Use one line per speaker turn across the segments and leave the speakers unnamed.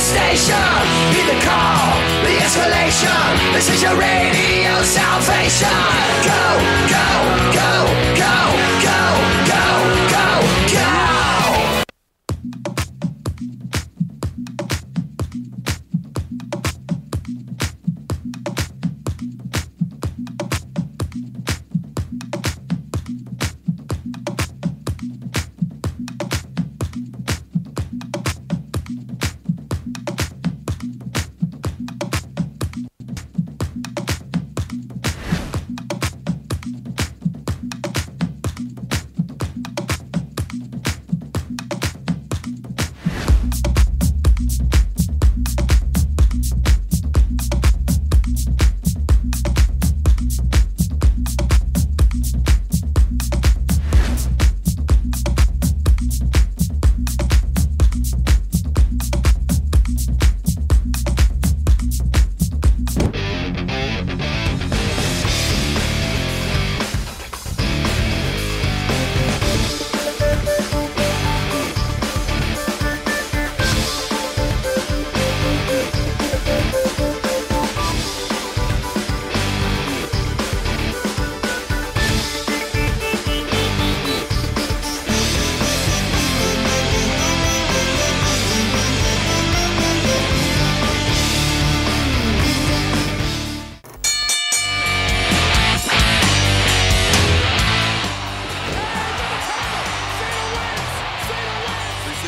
station. Be the call, the escalation. This is your radio salvation. Go, go, go, go, go, go, go, go.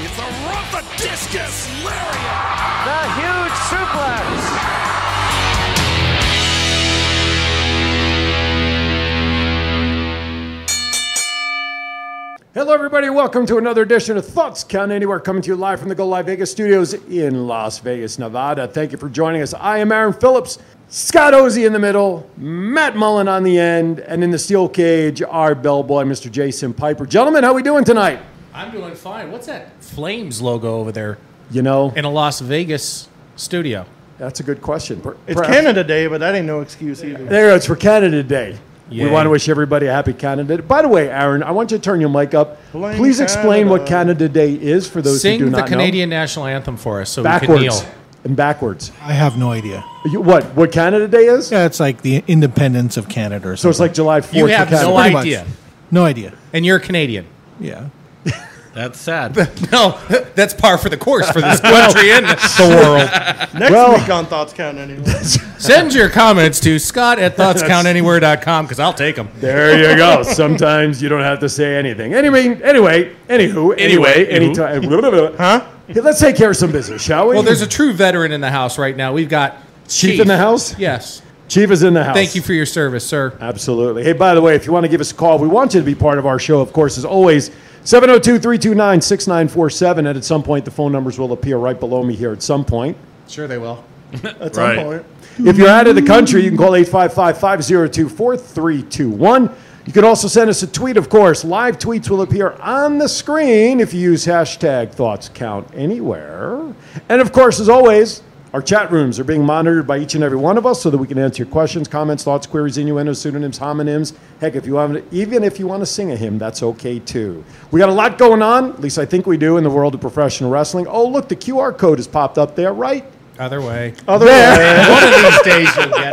It's a rumpadiscus lariat.
The huge suplex.
Hello, everybody. Welcome to another edition of Thoughts Count Anywhere, coming to you live from the Go Live Vegas studios in Las Vegas, Nevada. Thank you for joining us. I am Aaron Phillips, Scott Ozy in the middle, Matt Mullen on the end, and in the steel cage, our bellboy, Mr. Jason Piper. Gentlemen, how we doing tonight?
I'm doing fine. What's that Flames logo over there
You know,
in a Las Vegas studio?
that's a good question. Per-
It's
perhaps-
Canada Day, but that ain't no excuse either.
There it's for Canada Day. We
Yay.
want to wish everybody a happy Canada Day. By the way, Aaron, I want you to turn your mic up.
Blame
Please explain what
Canada.
Canada Day is for those who
Sing
do
the
not
Canadian national anthem for us so
know.
we can kneel.
Backwards and backwards.
I have no idea.
You, what? What Canada Day is?
Yeah, it's like the independence of Canada or
So it's
something.
like July 4th.
You
for
have
Canada.
no
Pretty much.
idea.
no idea.
And you're Canadian.
Yeah.
That's sad.
No, that's par for the course for this country and the world.
Next
Well-
week on Thoughts Count anyway.
Send your comments to scott at thoughtscountanywhere.com because I'll take them.
There you go. Sometimes you don't have to say anything. Anyway, anyway, anywho, anyway,
Anyway,
anytime. huh? let's take care of some business, shall we?
Well, there's a true veteran in the house right now. We've got
chief in the house.
Yes.
Chief is in the house.
Thank you for your service, sir.
Absolutely. Hey, by the way, if you want to give us a call, we want you to be part of our show, of course, as always, 702 329 6947. And at some point, the phone numbers will appear right below me here at some point.
Sure, they will.
At some
Right.
point.
If you're out of the country, you can call 855 502 4321. You can also send us a tweet, of course. Live tweets will appear on the screen if you use hashtag thoughts count anywhere. And of course, as always, our chat rooms are being monitored by each and every one of us so that we can answer your questions, comments, thoughts, queries, innuendos, pseudonyms, homonyms. Heck, if you want, even if you want to sing a hymn, that's okay too. We got a lot going on, at least I think we do, in the world of professional wrestling. Oh, look, the QR code has popped up there, right?
Other way.
Other there
One of these days you'll get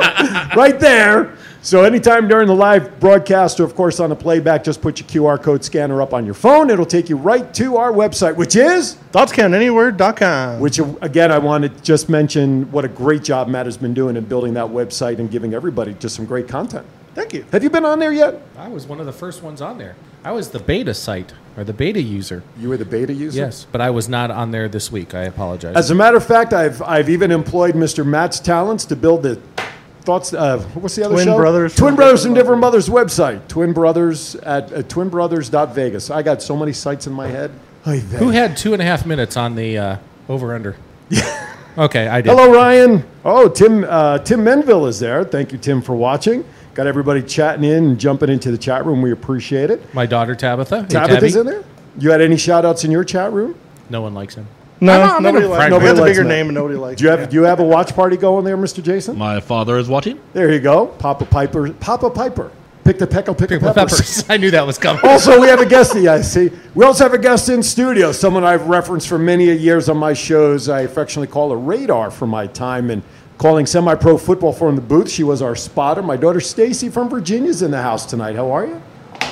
it.
right there. So anytime during the live broadcast or, of course, on the playback, just put your QR code scanner up on your phone. It'll take you right to our website, which is,
ThoughtsCountAnywhere.com.
which again, I want to just mention what a great job Matt has been doing in building that website and giving everybody just some great content.
Thank you.
Have you been on there yet?
I was one of the first ones on there. I was the beta site or the beta user.
You were the beta user.
Yes, but I was not on there this week. I apologize.
As a matter of fact, I've I've even employed Mr. Matt's talents to build the thoughts. Uh, what's the other
Twin
show?
Brothers
Twin
from
Brothers from
Different
Different Mothers website. Twin Brothers at uh, twinbrothers.vegas. I got so many sites in my head. Oy vey.
Who had two and a half minutes on the uh, over under? okay, I did.
Hello, Ryan. Oh, Tim uh, Tim Menville is there. Thank you, Tim, for watching. Got everybody chatting in and jumping into the chat room. We appreciate it.
My daughter Tabitha. Hey,
Tabitha's
Tabby.
in there. You had any shout outs in your chat room?
No one likes him.
No,
I'm- I'm
nobody
in a
likes
friend
Nobody
group.
has a bigger
Nobody likes
name and nobody likes
Do you have
it.
do you have a watch party going there, Mr. Jason?
My father is watching.
There you go. Papa Piper Papa Piper Pick the peckle, pick the
Pickle
peppers. Oh,
peppers. I knew that was coming.
Also, we have a guest. Yeah, I see. We also have a guest in studio, someone I've referenced for many a years on my shows. I affectionately call her Radar for my time in calling semi-pro football from the booth. She was our spotter. My daughter Stacy from Virginia's in the house tonight. How are you?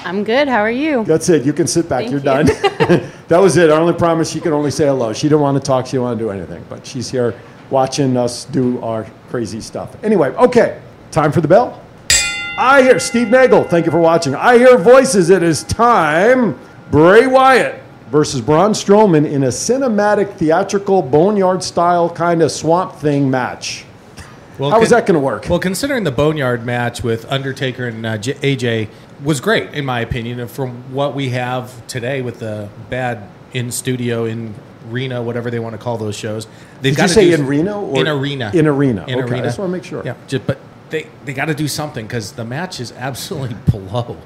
I'm good. How are you?
That's it. You can sit back.
Thank
You're
you.
done. that was it. I only promised she could only say hello. She didn't want to talk. She didn't want to do anything. But she's here watching us do our crazy stuff. Anyway, okay. Time for the bell. I hear Steve Nagel. Thank you for watching. I hear voices. It is time. Bray Wyatt versus Braun Strowman in a cinematic, theatrical, boneyard style kind of swamp thing match.
Well,
How is
con-
that going to work?
Well, considering the Boneyard match with Undertaker and uh, J- AJ was great, in my opinion, and from what we have today with the bad in studio in Reno, whatever they want to call those shows. They've
Did you
gotta
say
do-
in Reno or-
in arena?
In arena.
In
Okay, I
arena.
just wanna make sure.
Yeah, ju- but they they got to do something because the match is absolutely below.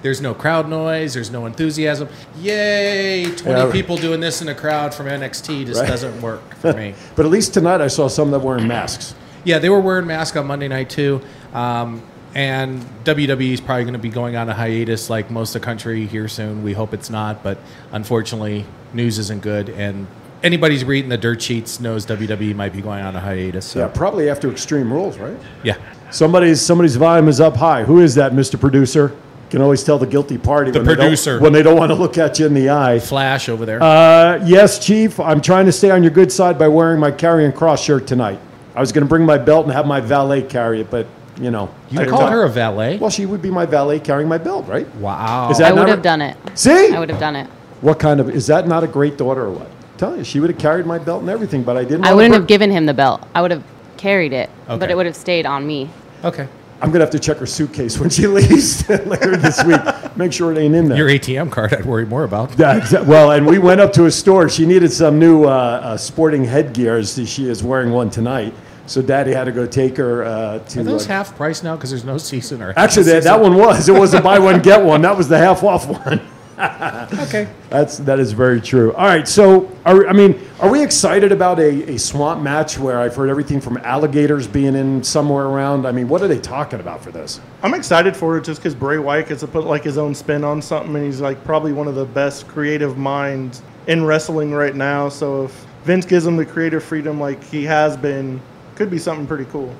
There's no crowd noise. There's no enthusiasm. Yay! Twenty
Yeah, right.
people doing this in a crowd from NXT just
Right.
doesn't work for me.
but at least tonight I saw some that were in masks.
Yeah, they were wearing masks on Monday night too. Um, and WWE is probably going to be going on a hiatus like most of the country here soon. We hope it's not, but unfortunately, news isn't good. And anybody's reading the dirt sheets knows WWE might be going on a hiatus.
Yeah,
So,
probably after Extreme Rules, right?
yeah.
Somebody's somebody's volume is up high. Who is that, Mr. Producer? Can always tell the guilty party. The
producer.
when they don't want to look at you in the eye.
Flash over there.
Uh, yes, Chief. I'm trying to stay on your good side by wearing my carrying cross shirt tonight. I was going to bring my belt and have my valet carry it, but you know,
you
I
called
don't-
her a valet?
Well, she would be my valet carrying my belt, right?
wow.
Is
I
that
would
not
have
right?
done it.
See,
I would have done it.
what kind of is that? Not a great daughter or what? Tell you, she would have carried my belt and everything, but I didn't.
I
wanna
wouldn't
bring-
have given him the belt. I would have carried it, but
Okay.
it would have stayed on me.
okay.
I'm gonna have to check her suitcase when she leaves later this week. Make sure it ain't in there.
Your ATM card, I'd worry more about.
Yeah, exa- well, and we went up to a store. She needed some new uh, uh, sporting headgear, as she is wearing one tonight. So Daddy had to go take her uh, to.
Are those
uh,
half price now? Because there's no season or
actually, that, that one was. It was a buy one get one. That was the half off one.
Okay.
That's that is very true. All right, so are, I mean, are we excited about a, a swamp match where I've heard everything from alligators being in somewhere around? I mean, what are they talking about for this?
I'm excited for it just because Bray Wyatt gets to put like his own spin on something, and he's like probably one of the best creative minds in wrestling right now. So if Vince gives him the creative freedom like he has been, could be something pretty cool.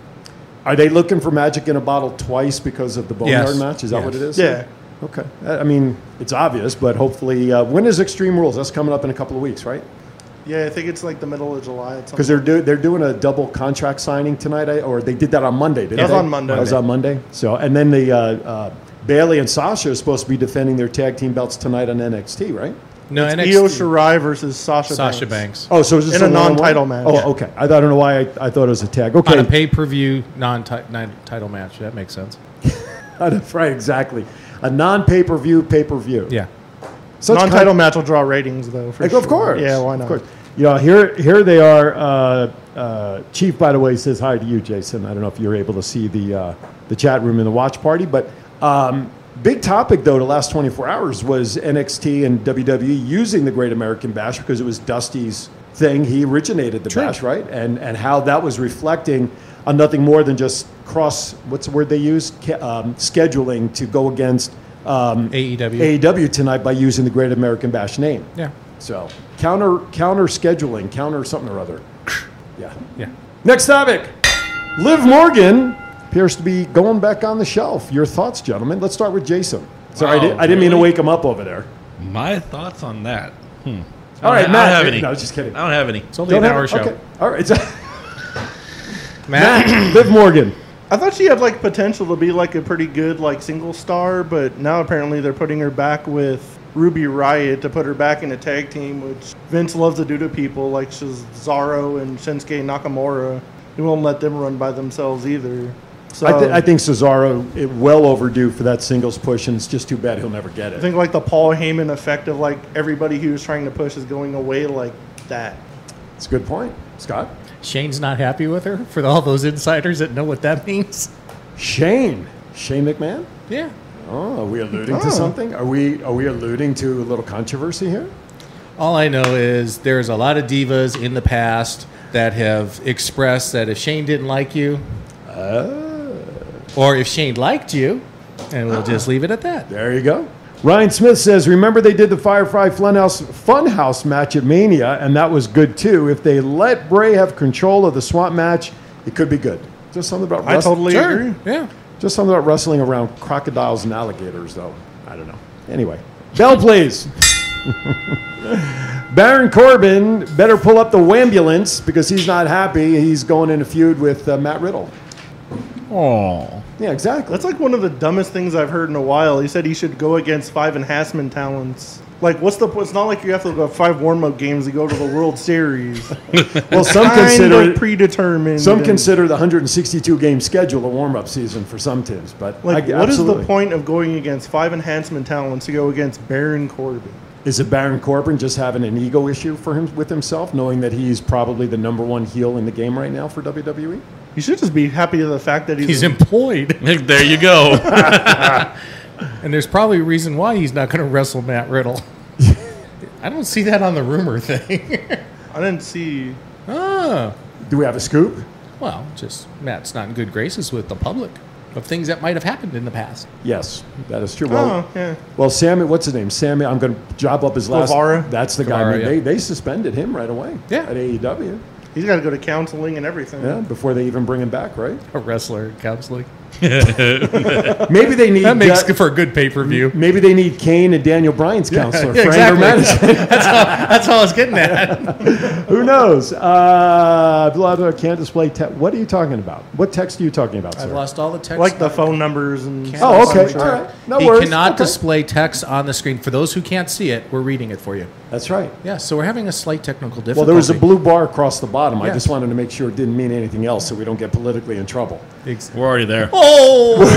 Are they looking for magic in a bottle twice because of the boneyard
Yes.
match? Is that
Yes.
what it is?
Yeah.
Okay. I I mean, it's obvious, but hopefully, uh, when is Extreme Rules? That's coming up in a couple of weeks, right?
Yeah, I think it's like the middle of July.
Because they're do- they're doing a double contract signing tonight, I- or they did that on Monday. Didn't
That was
they?
on Monday.
That was on Monday. So, and then the uh, uh, Bailey and Sasha are supposed to be defending their tag team belts tonight on NXT, right?
No,
It's
NXT.
Io Shirai versus Sasha
Sasha
Banks.
Banks.
Oh, so is this
In a
one-on-one?
non-title match.
Oh,
Yeah.
okay. I, I don't know why I, I thought it was a tag. Okay,
On a pay per view non title match. That makes sense.
right, exactly. A non-pay per view pay per view.
Yeah.
Such kind-
Non-title match will draw ratings though. For
Like,
sure.
Of course.
Yeah, why not?
Of course. You know, here, here they are. Uh, uh, Chief, by the way, says hi to you, Jason. I don't know if you're able to see the, uh, the chat room in the watch party, but um, big topic, though, the last 24 hours was NXT and WWE using the Great American Bash because it was Dusty's thing. He originated the bash, right? And, and how that was reflecting on nothing more than just cross, what's the word they use? Ca- Um, scheduling to go against um,
AEW.
AEW tonight by using the Great American Bash name.
Yeah.
So counter counter scheduling, counter something or other. Yeah.
Yeah.
Next topic. Liv Morgan appears to be going back on the shelf. Your thoughts, gentlemen? Let's start with Jason. Sorry, I,
Wow,
did, I didn't mean to
really?
wake him up over there.
My thoughts on that. Hmm.
All right,
I don't
Matt,
have
here-
any.
no, just kidding.
I don't have any.
It's only an
have
hour
it?
show.
Okay. All right.
Matt.
Liv Morgan.
I thought she had like potential to be like a pretty good like single star, but now apparently they're putting her back with Ruby Riot to put her back in a tag team, which Vince loves to do to people like Cesaro and Shinsuke Nakamura. He won't let them run by themselves either. So
I, th- I think Cesaro is well overdue for that singles push, and it's just too bad he'll never get
I
it.
think like the Paul Heyman effect of like everybody he was trying to push is going away like that.
It's a good point, Scott.
Shane's not happy with her for all those insiders that know what that means.
Shane. Shane McMahon.
Yeah.
Oh, are we alluding to something? Are we are we alluding to a little controversy here?
All I know is there's a lot of divas in the past that have Oh. expressed that if Shane didn't like you, or if Shane liked you, And we'll just leave it at that.
There you go. Ryan Smith says, "Remember they did the Firefly Funhouse Funhouse match at Mania, and that was good too. If they let Bray have control of the Swamp match, it could be good. Just something about
I
wrest-
totally
Sure.
agree.
Yeah.
just something about wrestling around crocodiles and alligators, though. I don't know. Anyway, bell please. Baron Corbin better pull up the wambulance because he's not happy. He's going in a feud with uh, Matt Riddle.
Oh.
Yeah, exactly.
That's like one of the dumbest things I've heard in a while. He said he should go against five enhancement talents. Like, what's the? po- It's not like you have to go five warm up games to go to the World Series.
well, some
kind
consider
of
it-
predetermined.
Some
and-
consider the 162 game schedule a warm up season for some teams, but
Like,
I-
what is
absolutely.
the point of going against five enhancement talents to go against Baron Corbin?
Is it Baron Corbin just having an ego issue for him with himself, knowing that he's probably the number one heel in the game right now for E? WWE?
You should just be happy of the fact that he's,
He's employed.
There you go.
And there's probably a reason why he's not going to wrestle Matt Riddle. I don't see that on the rumor thing.
I didn't see.
oh.
Do we have a scoop?
Well, just Matt's not in good graces with the public of things that might have happened in the past.
Yes, that is true. Well,
oh, yeah.
well, Sammy, what's his name? Sammy, I'm going to job up his last.
Guevara?
That's the guy. I
Guevara,
mean,
yeah.
they, they suspended him right away
Yeah.
at AEW.
He's got to go to counseling and everything.
Yeah, before they even bring him back, right?
A wrestler counseling.
Maybe they need
That makes
Da-
for a good pay per view.
maybe they need Kane and Daniel Bryan's counselor,
yeah,
Frank
exactly.
Madison.
That's all I was getting at.
Who knows? Uh, blah blah. Can't display. Te- what are you talking about? What text are you talking about,
I've
sir?
lost all the text.
Like the phone numbers and.
Oh,
stuff
okay.
like
All
that.
right. No
he
worries.
cannot
Okay.
display text on the screen. For those who can't see it, we're reading it for you.
That's right.
Yeah, so we're having a slight technical difficulty.
Well, there was a blue bar across the bottom. I
Yeah.
just wanted to make sure it didn't mean anything else, so we don't get politically in trouble.
Ex-
We're already there.
Oh!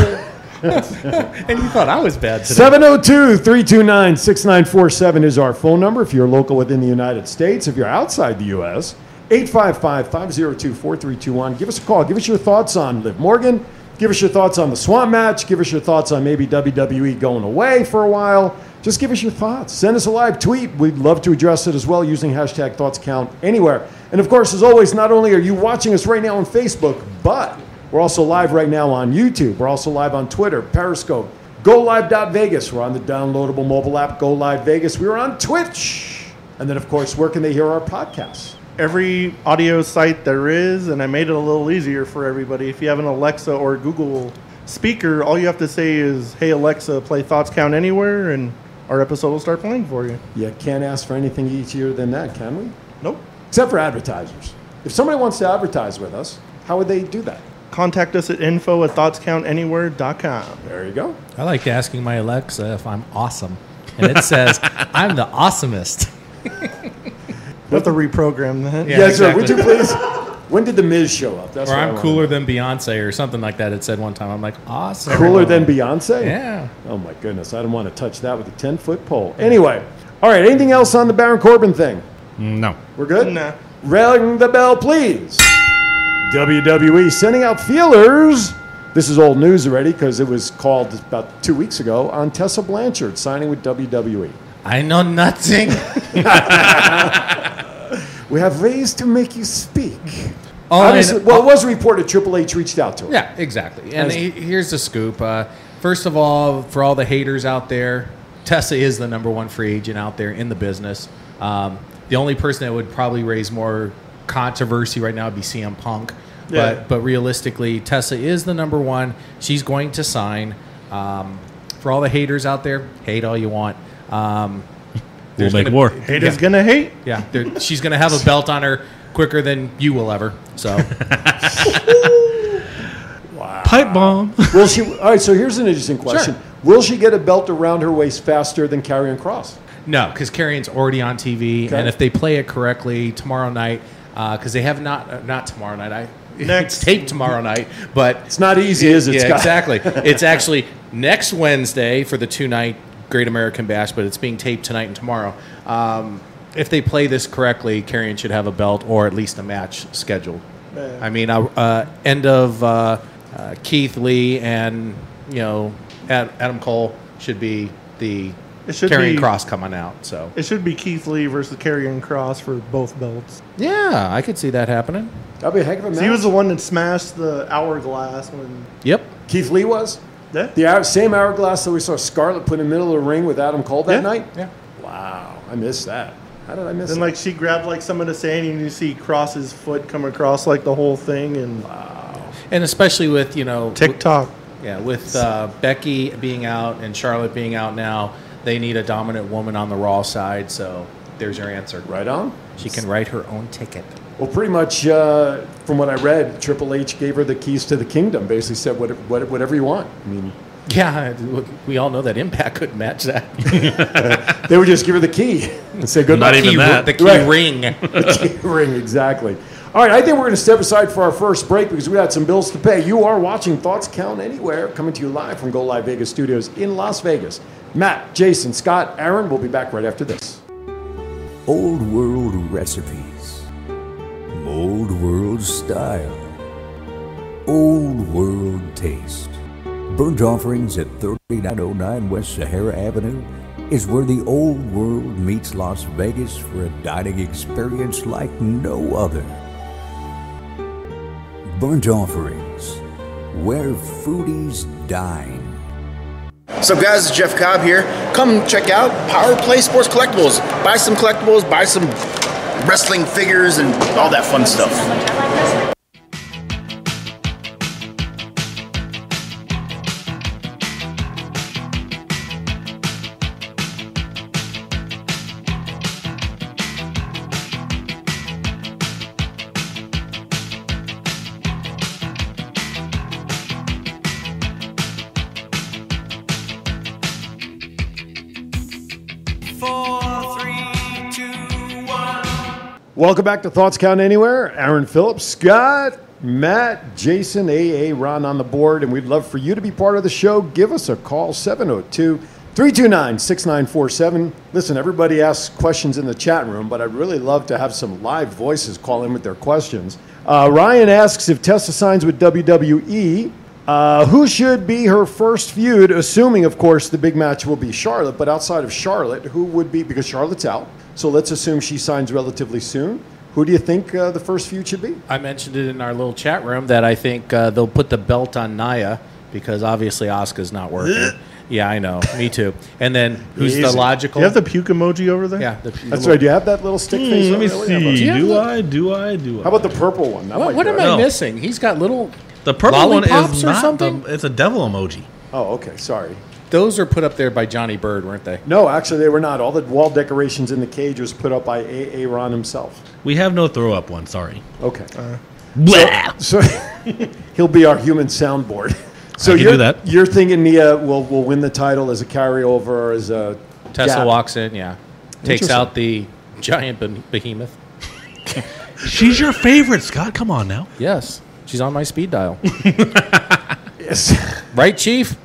and you thought I was bad today.
702 329 6947 is our phone number if you're local within the United States. If you're outside the U.S., 855 502 4321. Give us a call. Give us your thoughts on Liv Morgan. Give us your thoughts on the swamp match. Give us your thoughts on maybe WWE going away for a while. Just give us your thoughts. Send us a live tweet. We'd love to address it as well using hashtag thoughts count anywhere. And of course, as always, not only are you watching us right now on Facebook, but we're also live right now on YouTube. We're also live on Twitter, Periscope, GoLive.Vegas. We're on the downloadable mobile app, Go Live Vegas. We are on Twitch. And then, of course, where can they hear our podcasts?
every audio site there is, and I made it a little easier for everybody. If you have an Alexa or Google speaker, all you have to say is, "Hey Alexa, play Thoughts Count Anywhere," and our episode will start playing for you.
You can't ask for anything easier than that, can we?
Nope.
Except for advertisers. If somebody wants to advertise with us, how would they do that?
Contact us at info at thoughtscountanywhere.com.
There you go.
I like asking my Alexa if I'm awesome. And it says, I'm the awesomest.
We have to reprogram that.
Yeah,
yes,
exactly.
sir. Would you please? When did The Miz show up? That's
or
what I
I'm
wanna
cooler
know.
than Beyonce or something like that. It said one time. I'm like, awesome.
Cooler than Beyonce?
Yeah.
Oh my goodness, I don't want to touch that with a 10 foot pole. Anyway, all right, anything else on the Baron Corbin thing?
No.
We're good?
Nah.
Ring the bell, please. WWE sending out feelers. This is old news already because it was called about two weeks ago on Tessa Blanchard signing with E. WWE.
I know nothing.
We have ways to make you speak.
All I
Obviously-
know-
well, it was reported Triple H reached out to her.
yeah, exactly. And
As-
he- here's the scoop. Uh, first of all, for all the haters out there, Tessa is the number one free agent out there in the business. Um, the only person that would probably raise more controversy right now would be CM Punk.
Yeah.
But but realistically, Tessa is the number one. She's going to sign. Um, for all the haters out there, hate all you want. Um,
We'll
there's
make
gonna-
war.
Haters gonna hate.
Yeah, there- she's going to have a belt on her quicker than you will ever. So
Pipe bomb.
Will she? All right. So here's an interesting question:
Sure.
Will she get a belt around her waist faster than Karrion Cross?
no, because Carrion's already on TV,
Okay.
and if they play it correctly tomorrow night, because they have not uh, not tomorrow night, I
Next.
it's taped tomorrow night, but
It's not easy, is it?
yeah,
Scott?
exactly. it's actually next Wednesday for the two night Great American Bash, but it's being taped tonight and tomorrow. Um, if they play this correctly, Carrion should have a belt or at least a match scheduled. I mean, uh, uh, end of uh, uh, Keith Lee and you know Ad- Adam Cole should be the
It should
Carrion
be-
Cross coming out. So
It should be Keith Lee versus Karrion Cross for both belts.
yeah, I could see that happening.
That'd be a heck of a match.
He was the one that smashed the hourglass when
Yep.
Keith Lee was.
That,
The hour, same hourglass that we saw Scarlett put in the middle of the ring with Adam Cole that
Yeah.
night?
Yeah.
Wow. I missed that. How did I miss
then
that?
like she grabbed like some of the sand and you see Cross's foot come across like the whole thing and
And especially with you know w-
TikTok.
yeah with uh, Becky being out and Charlotte being out now, they need a dominant woman on the Raw side. So there's your answer.
right on.
She can write her own ticket.
Well, pretty much uh, from what I read, Triple H gave her the keys to the kingdom. Basically said, what, what, whatever you want. I mean,
Yeah, we all know that Impact couldn't match that.
they would just give her the key and say, good
Not
luck.
even
Key-
that.
The key
Right.
ring.
ring exactly. All right, I think we're going to step aside for our first break because we got some bills to pay. You are watching Thoughts Count Anywhere, coming to you live from Go Live Vegas Studios in Las Vegas. Matt, Jason, Scott, Aaron, we'll be back right after this.
Old world recipes, old world style, old world taste. Burnt Offerings at 3909 West Sahara Avenue is where the old world meets Las Vegas for a dining experience like no other. Burnt Offerings, where foodies dine.
So, guys, it's Jeff Cobb here. Come check out Power Play Sports Collectibles. Buy some collectibles, buy some wrestling figures, and all that fun stuff.
Welcome back to Thoughts Count Anywhere. Aaron Phillips, Scott, Matt, Jason, AA, Ron on the board, and we'd love for you to be part of the show. Give us a call, 702 329 6947. Listen, everybody asks questions in the chat room, but I'd really love to have some live voices call in with their questions. Uh, Ryan asks if Tessa signs with WWE, uh, who should be her first feud, assuming, of course, the big match will be Charlotte, but outside of Charlotte, who would be, because Charlotte's out, so let's assume she signs relatively soon. Who do you think uh, the first feud should be?
I mentioned it in our little chat room that I think uh, they'll put the belt on Naya because obviously Asuka's not working. yeah, I know. Me too. And then who's the
Easy.
logical?
You have the puke emoji over there?
yeah, the,
That's right. Do you have that little stick face?
Hmm, Let
on
me
there? What do you have on-
see.
have
Do
the-
I? Do I? Do I?
How about the purple one? That
What,
might
what
do
am
it.
I
No.
missing? He's got little.
the purple one
lollipops
is
or
not
something?
The, it's a devil emoji.
Oh, okay. Sorry.
Those are put up there by Johnny Bird, weren't they?
No, actually, they were not. All the wall decorations in the cage was put up by A.A. Ron himself.
We have no throw up one. Sorry.
Okay.
Uh.
So, so he'll be our human soundboard. So
I can
you're
do that.
you're thinking Nia will will win the title as a carryover or as a
Tessa
gap.
walks in. Yeah, takes
Interesting.
out the giant beh- behemoth.
She's your favorite, Scott. Come on now.
Yes, she's on my speed dial.
Yes.
right, Chief?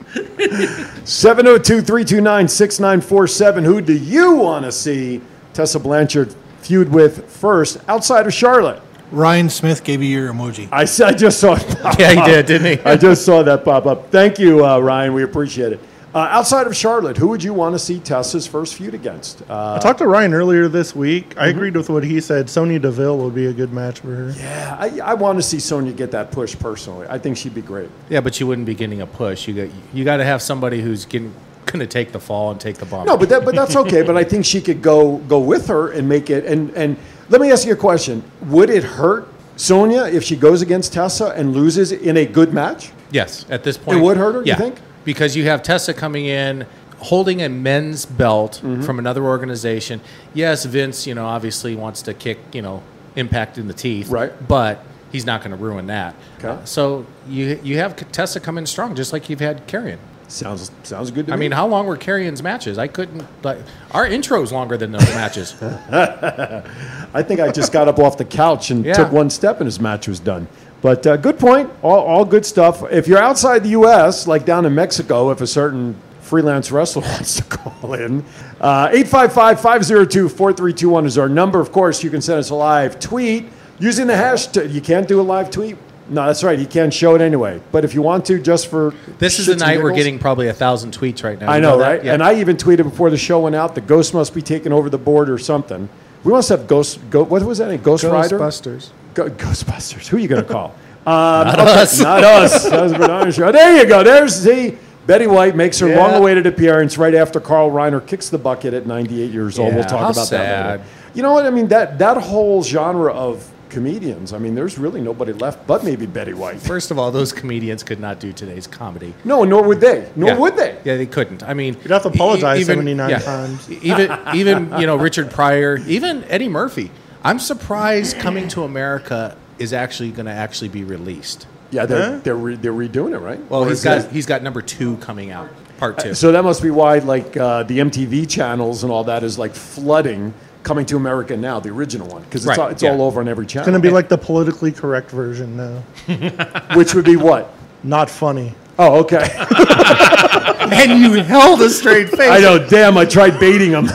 702-329-6947. Who do you want to see Tessa Blanchard feud with first outside of Charlotte?
Ryan Smith gave you your emoji.
I, s- I just saw it pop
Yeah, he
up.
did, didn't he?
I just saw that pop up. Thank you, uh, Ryan. We appreciate it. Uh, outside of Charlotte, who would you want to see Tessa's first feud against? Uh,
I talked to Ryan earlier this week. I agreed with what he said. Sonya Deville would be a good match for her.
yeah, I, I want to see Sonya get that push personally. I think she'd be great.
Yeah, but you wouldn't be getting a push. You got you got to have somebody who's getting going to take the fall and take the bump.
No, but that, but that's okay. but I think she could go go with her and make it. And and let me ask you a question: Would it hurt Sonya if she goes against Tessa and loses in a good match?
Yes, at this point.
It would hurt her, you
yeah,
think?
Because you have Tessa coming in holding a men's belt
Mm-hmm.
from another organization. Yes, Vince, you know, obviously wants to kick, you know, impact in the teeth.
Right.
But he's not going to ruin that. Uh,
Okay.
So you you have Tessa come in strong, just like you've had Carrion.
Sounds sounds good to
I
me.
mean, how long were Carrion's matches? I couldn't. Like, our intro's longer than those matches.
I think I just got up off the couch and
Yeah.
took one step, and his match was done. But uh, good point. All, all good stuff. If you're outside the U.S., like down in Mexico, if a certain freelance wrestler wants to call in, uh, 855 502 4321 is our number. Of course, you can send us a live tweet using the hashtag. You can't do a live tweet? No, that's right. You can't show it anyway. But if you want to, just for.
This
shits
is the
and
night we're
giggles-
getting probably a thousand tweets right now.
I
You
know,
that?
right?
Yeah.
And I even tweeted before the show went out, the ghost must be taking over the board or something. We must have ghost. Go, what was that? name? Ghost Rider.
Ghostbusters.
Go, Ghostbusters. Who are you going to call? Um,
Not us.
Not us. That was a Bernard show. There you go. There's the Betty White makes her
Yeah.
long-awaited appearance right after Carl Reiner kicks the bucket at 98 years old. We'll
Yeah.
talk
How
about that
sad.
later. You know what I mean? That that whole genre of comedians. I mean, there's really nobody left, but maybe Betty White.
First of all, those comedians could not do today's comedy.
No, nor would they. Nor
Yeah.
would they.
Yeah, they couldn't. I mean,
You'd have to apologize
e-
79 times.
Even even you know Richard Pryor, even Eddie Murphy. I'm surprised Coming to America is actually going to actually be released.
Yeah, they're they're, re- they're redoing it, right?
Well,
Or
he's
is
got
it- Uh,
he's got number two coming out, part two.
So that must be why, like uh, the MTV channels and all that, is like flooding coming to America now, the original one, because it's,
Right,
all, it's
yeah.
all over on every
It's
channel.
going to be like the politically correct version now.
which would be what?
Not funny.
Oh, okay.
and you held a straight face.
I know. Damn, I tried baiting him.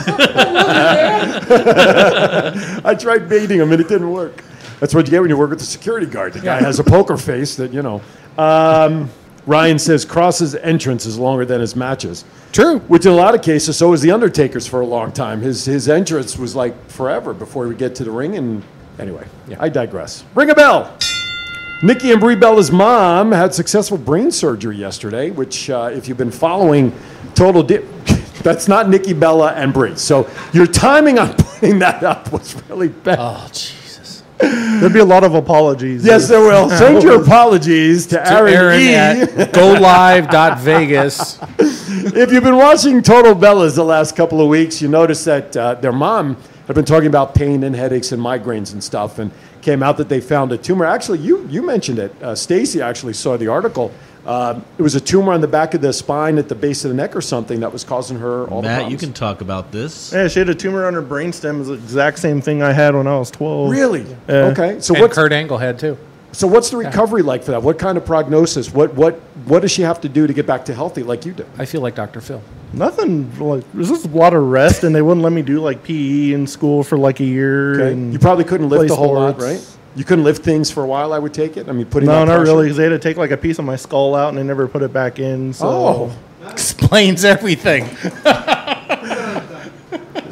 I tried baiting him and it didn't work. That's what you get when you work with the security guard. The guy has a poker face that you know. Um, Ryan says Cross's entrance is longer than his matches.
True.
Which in a lot of cases, so was the Undertaker's for a long time. His his entrance was like forever before we get to the ring. And anyway, I digress. Ring a bell. Nikki and Brie Bella's mom had successful brain surgery yesterday, which, uh, if you've been following Total Di- that's not Nikki Bella and Brie. So your timing on putting that up was really bad.
Oh Jesus!
There'd be a lot of apologies.
Yes, there will. Send your apologies to, Aaron, E.
at golive.vegas.
if you've been watching Total Bellas the last couple of weeks, you notice that uh, their mom had been talking about pain and headaches and migraines and stuff, and came out that they found a tumor. Actually, you you mentioned it. Uh, Stacy actually saw the article. Um it was a tumor on the back of the spine at the base of the neck or something that was causing her all the
Matt, you
problems.
can talk about this.
Yeah, she had a tumor on her brainstem. Is the exact same thing I had when I was 12.
really
Yeah.
okay. So
and
what's
Kurt Angle had too.
so what's the recovery like for that? What kind of prognosis? What what what does she have to do to get back to healthy like you did?
I feel like Dr. Phil.
Nothing like this is a lot of rest, and they wouldn't let me do like PE in school for like a year.
Okay.
And
You probably couldn't lift
play
a whole lot,
sports.
right? You couldn't lift things for a while. I would take it. I mean, putting
No,
that
not
pressure-
really, because they had to take like a piece of my skull out, and they never put it back in. So.
Oh,
Explains everything.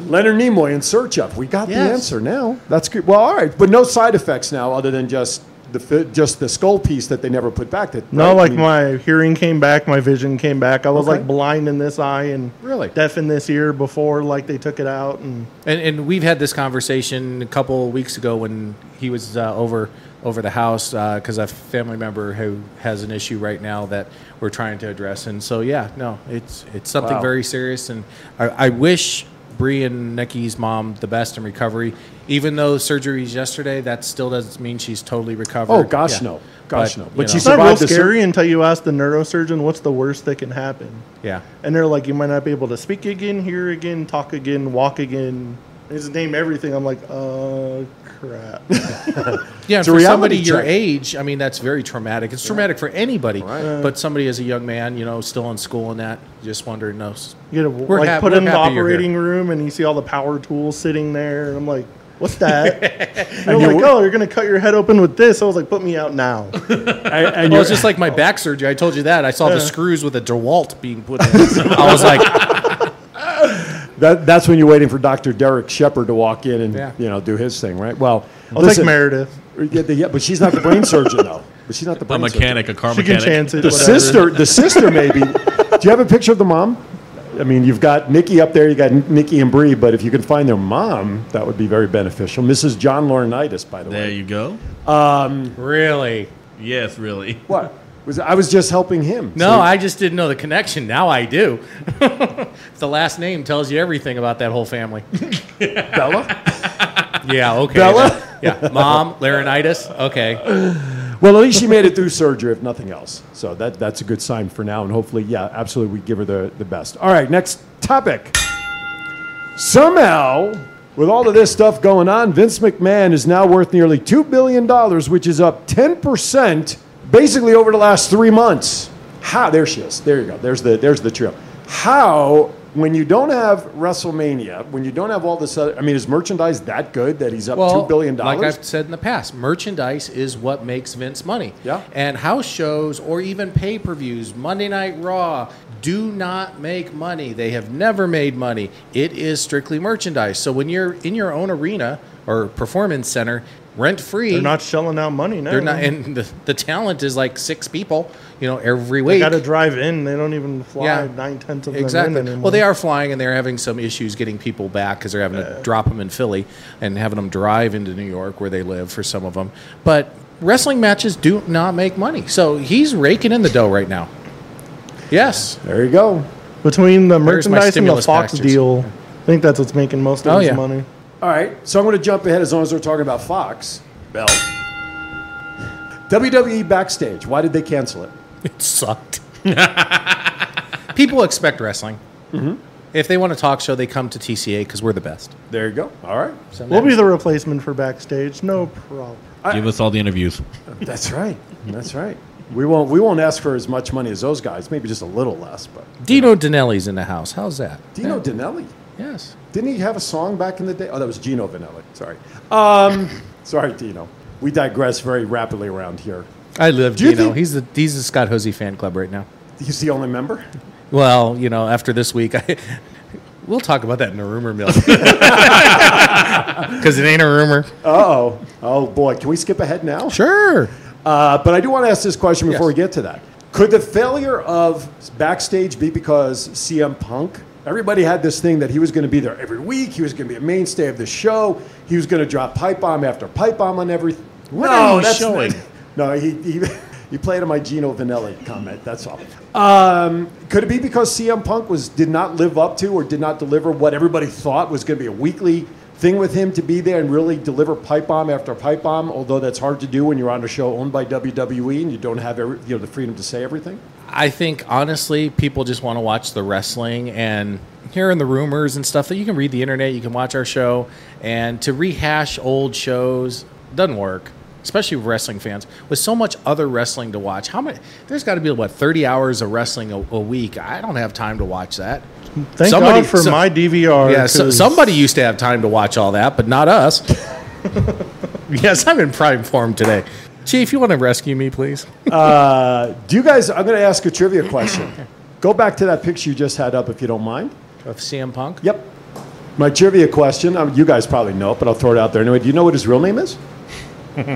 Leonard Nimoy in search of. We got the
Yes.
answer now. That's good. Well, all right, but no side effects now, other than just the fi- just the skull piece that they never put back. That
No,
right? I
like
mean,
my hearing came back, my vision came back. I was
Okay.
like blind in this eye and
Really?
deaf in this ear before like they took it out and
And, and we've had this conversation a couple weeks ago when he was uh, over over the house because a family member who has an issue right now that we're trying to address. And so yeah, no, it's it's something
Wow.
very serious. And I, I wish Bree and Nikki's mom the best in recovery. Even though surgery's yesterday, that still doesn't mean she's totally recovered.
Oh, gosh,
Yeah.
no. Gosh, no. But
you know,
she's-
it's not real
survived the sur-
scary until you ask the neurosurgeon what's the worst that can happen.
yeah.
And they're like, you might not be able to speak again, hear again, talk again, walk again. They just name everything. I'm like, uh, crap.
Yeah,
It's
and
a
for
reality
somebody your
check.
age, I mean, that's very traumatic. It's traumatic for anybody,
Right.
but somebody as a young man, you know, still in school and that, just wondering, no, s-
You get a,
We're
like
hap-
put
we're
in the
happy you're here.
operating room and you see all the power tools sitting there, and I'm like, what's that? and they're
And you-
like, oh, you're gonna cut your head open with this. I was like, put me out now.
and, and
Well,
you're
it's just like my back surgery. I told you that. I saw the screws with a DeWalt being put in. I was like,
that, that's when you're waiting for Dr. Derek Shepard to walk in and
Yeah.
you know do his thing, right? Well,
I'll take Meredith.
Yeah, the- yeah, but she's not the brain surgeon though. But she's not the
A
brain surgeon.
mechanic, a car
She can
mechanic.
chance it.
The
whatever.
sister, the sister, maybe. Do you have a picture of the mom? I mean, you've got Nikki up there, you got Nikki and Bree, but if you can find their mom, that would be very beneficial. Mrs. John Laurinaitis, by the
There
way.
you go.
really?
Yes, really.
What was I was just helping him?
No,
So-
I just didn't know the connection. Now I do. the last name tells you everything about that whole family.
Bella.
Yeah, okay.
Bella?
Yeah, mom, laryngitis. Okay.
Well, at least she made it through surgery, if nothing else. So that that's a good sign for now, and hopefully, yeah, absolutely, we give her the the best. All right, next topic. Somehow, with all of this stuff going on, Vince McMahon is now worth nearly $2 billion, which is up 10% basically over the last three months. How? There she is. There you go. There's the, there's the trio. How, when you don't have WrestleMania, when you don't have all this other, I mean, is merchandise that good that he's up
Well,
$2 billion?
like I've said in the past, merchandise is what makes Vince money.
Yeah.
And house shows or even pay per views, Monday Night Raw, do not make money. They have never made money. It is strictly merchandise. So when you're in your own arena or performance center, rent free.
They're not shelling out money now.
They're not, and the, the talent is like six people, you know, every
They
week.
got to drive in. They don't even fly
Yeah.
nine tenths of them in
Exactly.
anymore.
Well, they are flying, and they're having some issues getting people back because they're having to drop them in Philly and having them drive into New York where they live for some of them. But wrestling matches do not make money, so he's raking in the dough right now. Yes.
There you go.
Between the
There's my
merchandise and the
stimulus
Fox
packages.
deal, I think that's what's making most of
Oh,
his
yeah.
money.
All right, so I'm going to jump ahead as long as we're talking about Fox. Bell. WWE backstage. Why did they cancel it?
It sucked. People expect wrestling. Mm-hmm. If they want a talk show, they come to TCA because we're the best.
There you go. All right.
So
We'll be the replacement for backstage. No problem.
Give us all the interviews.
That's right. That's right. We won't. We won't ask for as much money as those guys. Maybe just a little less. But
Dino Danelli's in the house. How's that?
Dino Danelli.
Yes.
Didn't he have a song back in the day? Oh, that was Gino Vanelli. Sorry. Um, sorry, Dino. We digress very rapidly around here.
I love
Do you
Dino.
think-
he's the he's the Scott Hosey fan club right now.
He's the only member.
Well, you know, after this week, I we'll talk about that in a rumor mill because it ain't a rumor.
Oh, oh boy. Can we skip ahead now?
Sure.
Uh, but I do want to ask this question before
Yes.
we get to that. Could the failure of backstage be because CM Punk? Everybody had this thing that he was going to be there every week. He was going to be a mainstay of the show. He was going to drop pipe bomb after pipe bomb on everything. What
are you showing?
No, he, he, he played on my Gino Vanelli comment. That's all. Um, could it be because CM Punk was did not live up to or did not deliver what everybody thought was going to be a weekly thing with him to be there and really deliver pipe bomb after pipe bomb? Although that's hard to do when you're on a show owned by WWE and you don't have every, you know the freedom to say everything.
I think honestly, people just want to watch the wrestling and hearing the rumors and stuff that you can read the internet, you can watch our show, and to rehash old shows doesn't work, especially with wrestling fans. With so much other wrestling to watch, how many? There's got to be what 30 hours of wrestling a, a week. I don't have time to watch that.
Thank
Somebody-
God for
so-
my DVR.
Yeah, so
'cause
somebody used to have time to watch all that, but not us. yes, I'm in prime form today. Chief, you want to rescue me, please?
Uh, do you guys? I'm going to ask a trivia question. Go back to that picture you just had up, if you don't mind.
Of CM Punk?
Yep. My trivia question. Um, you guys probably know it, but I'll throw it out there anyway. Do you know what his real name is?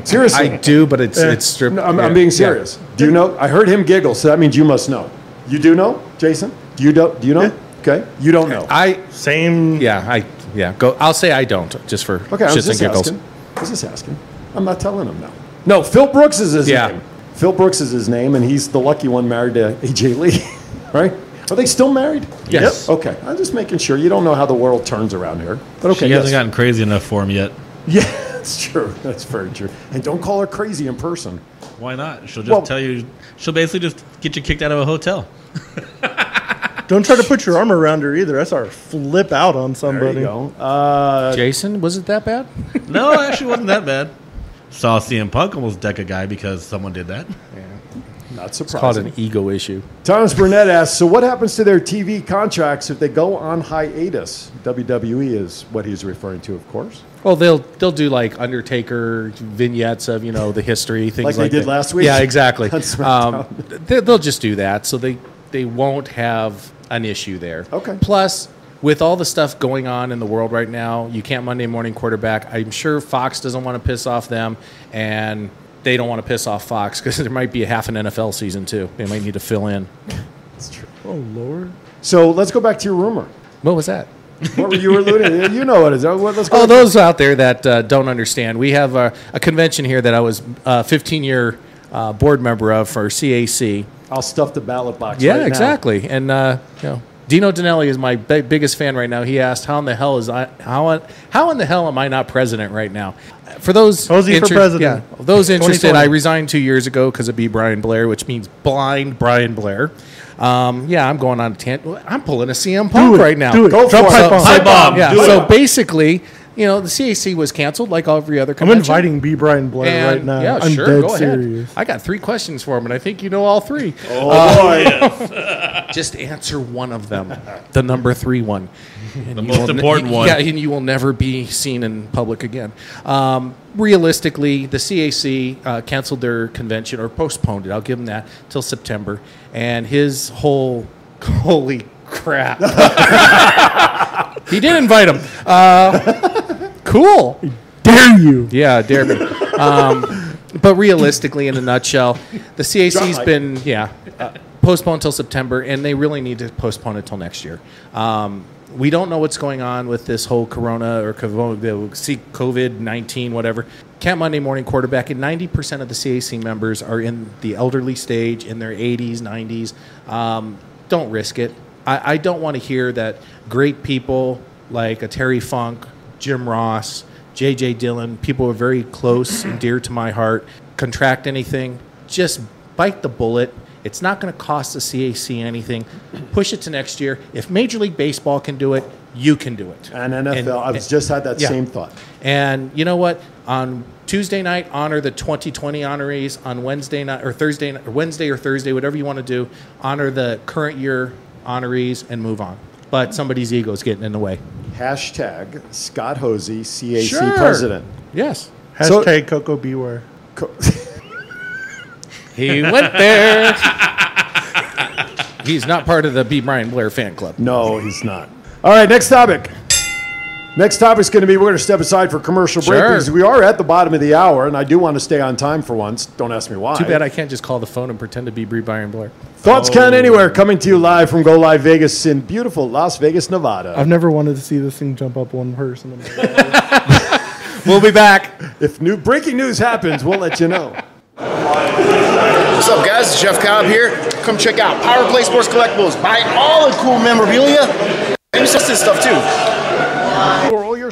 Seriously.
I do, but it's it's stripped.
Eh, No, I'm,
yeah,
I'm being
yeah.
serious. Do you know? I heard him giggle, so that means you must know. You do know, Jason? Do you do? Do you know? Okay. You don't know.
I
Same.
yeah I yeah go. I'll say I don't just for
Okay. I was
shits and
just
giggles.
asking. I was just asking. I'm not telling him now. No,
Uh,
Phil Brooks is his
Yeah.
name. Phil Brooks is his name, and he's the lucky one married to AJ Lee, right? Are they still married?
Yes.
Yep. Okay. I'm just making sure. You don't know how the world turns around here. But okay.
she
yes.
hasn't gotten crazy enough for him yet.
yeah, that's true. That's very true. And don't call her crazy in person.
Why not? She'll just
Well-
tell you. She'll basically just get you kicked out of a hotel.
Don't try to put your arm around her either. I saw her flip out on
There
somebody.
you go. Uh,
Jason, was it that bad?
No, actually, wasn't that bad. Saw CM Punk almost deck a guy because someone did that.
not
Called
surprising.
an ego issue.
Thomas Burnett asks, so what happens to their TV contracts if they go on hiatus? WWE is what he's referring to, of course.
Well, they'll they'll do like Undertaker vignettes of you know the history things
Like
like,
they did
that.
last week?
Yeah, exactly.
On
um, they, they'll just do that, so they they won't have an issue there.
Okay.
Plus, with all the stuff going on in the world right now, you can't Monday morning quarterback. I'm sure Fox doesn't want to piss off them, and they don't want to piss off Fox because there might be a half an NFL season too. They might need to fill in.
So let's go back to your rumor.
What was that?
What were you alluding to? You know what it is. Uh, what- Let's go
Oh, those out there that uh, don't understand, we have a, a convention here that I was a 15 year uh, board member of for CAC.
I'll stuff the ballot box.
Yeah,
right now.
exactly. And uh, you know, Dino Danelli is my bi- biggest fan right now. He asked, "How in the hell is I? How on- how in the hell am I not president right now?" For those
Posey for president.
yeah, those interested,
2020.
I resigned two years ago because of B. Brian Blair, which means blind Brian Blair. Um, yeah, I'm going on a tant. I'm pulling a CM Punk
it.
right now.
Do it.
Go
Drop
for
pipe
it.
bomb.
Pipe bomb.
Yeah.
Do
so
it.
basically, you know, the CAC was canceled like every other
I'm
convention.
inviting B. Brian Blair
And-
right now.
Yeah,
I'm
sure.
dead
go
serious.
ahead. I got three questions for him, and I think you know all three.
Oh, boy.
Just answer one of them, the number three one. And
The
you
most
will ne-
important one.
Yeah, and you will never be seen in public again. Um, realistically, the CAC uh, canceled their convention or postponed it. I'll give them that till September. And his whole holy crap. he did invite him. Uh, cool.
dare you?
Yeah, dare me. Um, but realistically, in a nutshell, the CAC's
Dry.
been yeah uh, postponed till September, and they really need to postpone it till next year. Um, we don't know what's going on with this whole Corona or COVID nineteen whatever. Camp Monday morning quarterback, and ninety percent of the CAC members are in the elderly stage, in their eighties, nineties. Um, don't risk it. I, I don't want to hear that great people like a Terry Funk, Jim Ross, J.J. Dillon, people who are very close and dear to my heart, contract anything. Just bite the bullet. It's not going to cost the CAC anything. Push it to next year. If Major League Baseball can do it, you can do it.
And NFL, I was just had that
Yeah.
same thought.
And you know what? On Tuesday night, honor the 2020 honorees. On Wednesday night or Thursday, ni- or Wednesday or Thursday, whatever you want to do, honor the current year honorees and move on. But somebody's ego is getting in the way.
Hashtag Scott Hosey, CAC
Sure.
president.
Yes.
Uh, Hashtag Coco Beware.
He went there. He's not part of the B. Brian Blair fan club.
No, he's not. All right, next topic. Next topic's going to be we're going to step aside for commercial break
Sure.
because we are at the bottom of the hour, and I do want to stay on time for once. Don't ask me why.
Too bad I can't just call the phone and pretend to be B. Brian Blair.
Thoughts Count Anywhere coming to you live from Go Live Vegas in beautiful Las Vegas, Nevada.
I've never wanted to see this thing jump up one person. in my life.
We'll be back.
If new breaking news happens, we'll let you know.
What's up, guys? It's Jeff Cobb here. Come check out Power Play Sports Collectibles. Buy all the cool memorabilia and just this stuff too.
For all your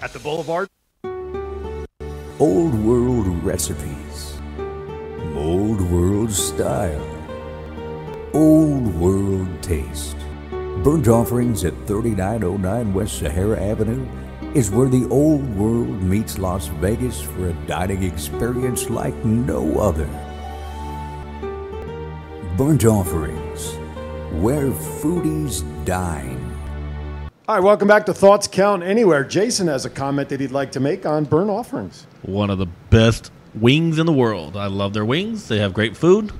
at the Boulevard.
Old World recipes, Old World style, Old World taste. Burnt Offerings at 3909 West Sahara Avenue is where the old world meets Las Vegas for a dining experience like no other. Burnt Offerings, where foodies dine.
All right, welcome back to Thoughts Count Anywhere. Jason has a comment that he'd like to make on burn offerings.
one of the best wings in the world. I love their wings. They have great food.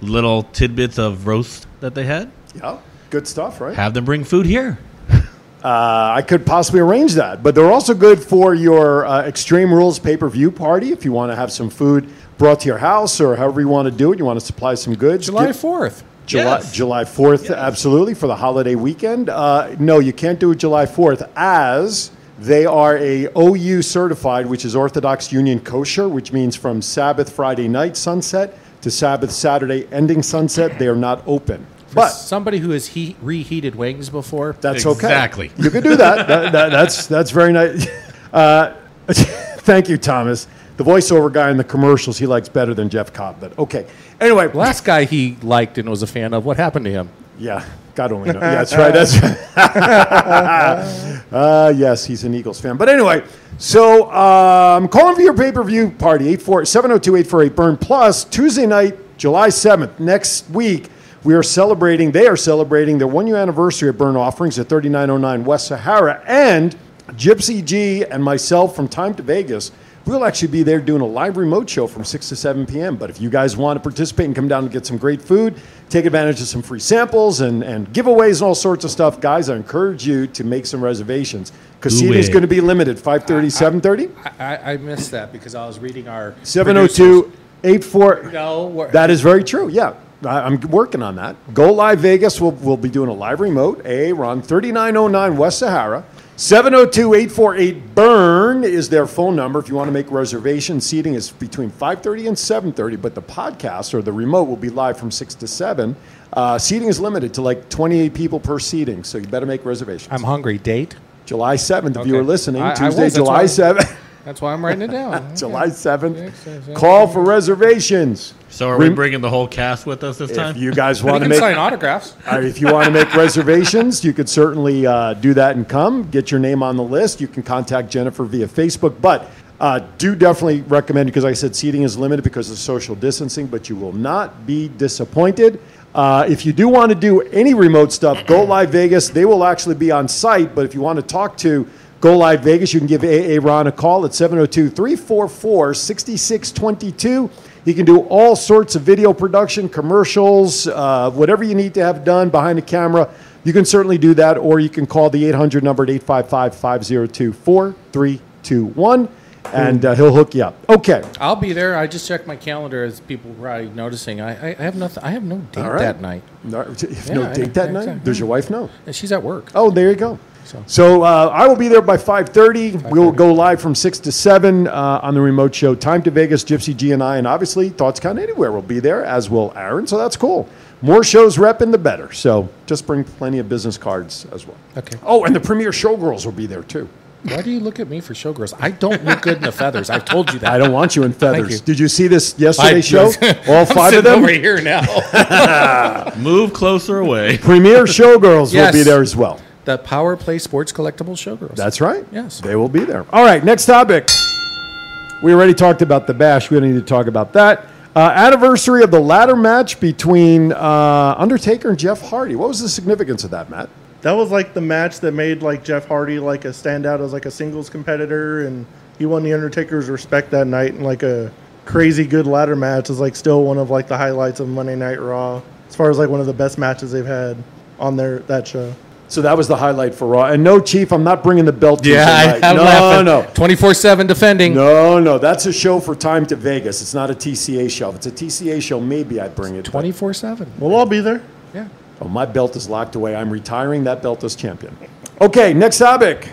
Little tidbits of roast that they had.
Yeah, good stuff, right?
Have them bring food here.
Uh, I could possibly arrange that, but they're also good for your uh, Extreme Rules pay per view party if you want to have some food brought to your house or however you want to do it. You want to supply some goods.
July
Get-
4th.
July,
Yes.
July 4th, absolutely, for the holiday weekend. Uh, no, you can't do it July 4th as they are a OU certified, which is Orthodox Union Kosher, which means from Sabbath Friday night sunset to Sabbath Saturday ending sunset, they are not open.
But
But
somebody who has he- reheated wings before,
that's
Exactly.
okay. You can do that. That- that- that's, that's very nice. Uh, thank you, Thomas. The voiceover guy in the commercials, he likes better than Jeff Cobb, but okay. Anyway,
last guy he liked and was a fan of, what happened to him?
Yeah, God only knows. Yeah, that's right. That's right. uh, yes, he's an Eagles fan. But anyway, so um, calling for your pay per view party 84 702 848 Burn Plus Tuesday night, July 7th, next week. We are celebrating, they are celebrating their one year anniversary of Burn Offerings at 3909 West Sahara. And Gypsy G and myself from Time to Vegas, we'll actually be there doing a live remote show from 6 to 7 p.m. But if you guys want to participate and come down and get some great food, take advantage of some free samples and, and giveaways and all sorts of stuff, guys, I encourage you to make some reservations. Because
Do
seating's
it.
going to be limited, 5.30, 7.30?
I, I, I missed that because I was reading our
702 84.
No, we're-
That is very true. Yeah. I- I'm working on that. Go Live Vegas. We'll, we'll be doing a live remote. A Ron 3909 West Sahara. 702 848 Burn is their phone number if you want to make reservations. Seating is between 5.30 and 7.30, but the podcast or the remote will be live from 6 to 7. Uh, seating is limited to like 28 people per seating, so you better make reservations.
I'm hungry. Date.
July 7th, if you
Okay.
were listening,
I- I was.
Tuesday,
That's
July
why-
7th.
That's why I'm writing it down.
July
Yes, yes,
7th.
yes.
Call for reservations.
So are we
Rem-
bringing the whole cast with us this
If
time?
you guys
We
want to
can
make,
sign autographs.
All right, if you want to make reservations, you could certainly uh, do that and come. Get your name on the list. You can contact Jennifer via Facebook. But Uh, do definitely recommend because I said seating is limited because of social distancing, but you will not be disappointed. Uh, if you do want to do any remote stuff, Go Live Vegas, they will actually be on site. But if you want to talk to Go Live Vegas, you can give AA Ron a call at 702 344 6622. He can do all sorts of video production, commercials, uh, whatever you need to have done behind the camera. You can certainly do that, or you can call the 800 number at 855 502 4321 and uh, he'll hook you up. Okay.
I'll be there. I just checked my calendar, as people were probably noticing. I, I, I have nothing. I have no date
All right.
that night.
No, if
Yeah,
no
I-
date that
I-
night,
I-
does your wife know?
And she's at work.
Oh, there you go.
So.
So, uh, I will be there by 5.30. We will go live from 6 to 7 uh, on the remote show. Time to Vegas, Gypsy G and I, and obviously Thoughts Count Anywhere will be there, as will Aaron, so that's cool. More shows repping, the better. So just bring plenty of business cards as well.
Okay.
Oh, and the Premier Showgirls will be there, too.
Why do you look at me for showgirls? I don't look good in the feathers. I've told you that.
I don't want you in feathers.
you.
Did you see this
I-
yesterday's show? All
I'm
5 of
sitting
them?
over here now.
Move closer away.
Premier Showgirls
Yes.
will be there as well.
the Power Play Sports Collectible Showgirls.
That's right.
Yes.
They will be there. All right, next topic. We already talked about the bash. We don't need to talk about that. Uh, anniversary of the ladder match between uh, Undertaker and Jeff Hardy. What was the significance of that, Matt?
That was like the match that made like Jeff Hardy like a standout as like a singles competitor, and he won the Undertaker's respect that night. And like a crazy good ladder match is like still one of like the highlights of Monday Night Raw, as far as like one of the best matches they've had on their that show.
So that was the highlight for Raw. And no, Chief, I'm not bringing the belt.
Yeah, I-
Tuesday night.
I'm
no,
laughing.
no,
24/7 defending.
no, no. That's a show for time to Vegas. It's not a TCA show. If it's a TCA show, maybe I'd bring it. but-
24/7.
We'll all be there.
Yeah.
Oh, my belt is locked away. I'm retiring that belt as champion. Okay, next topic.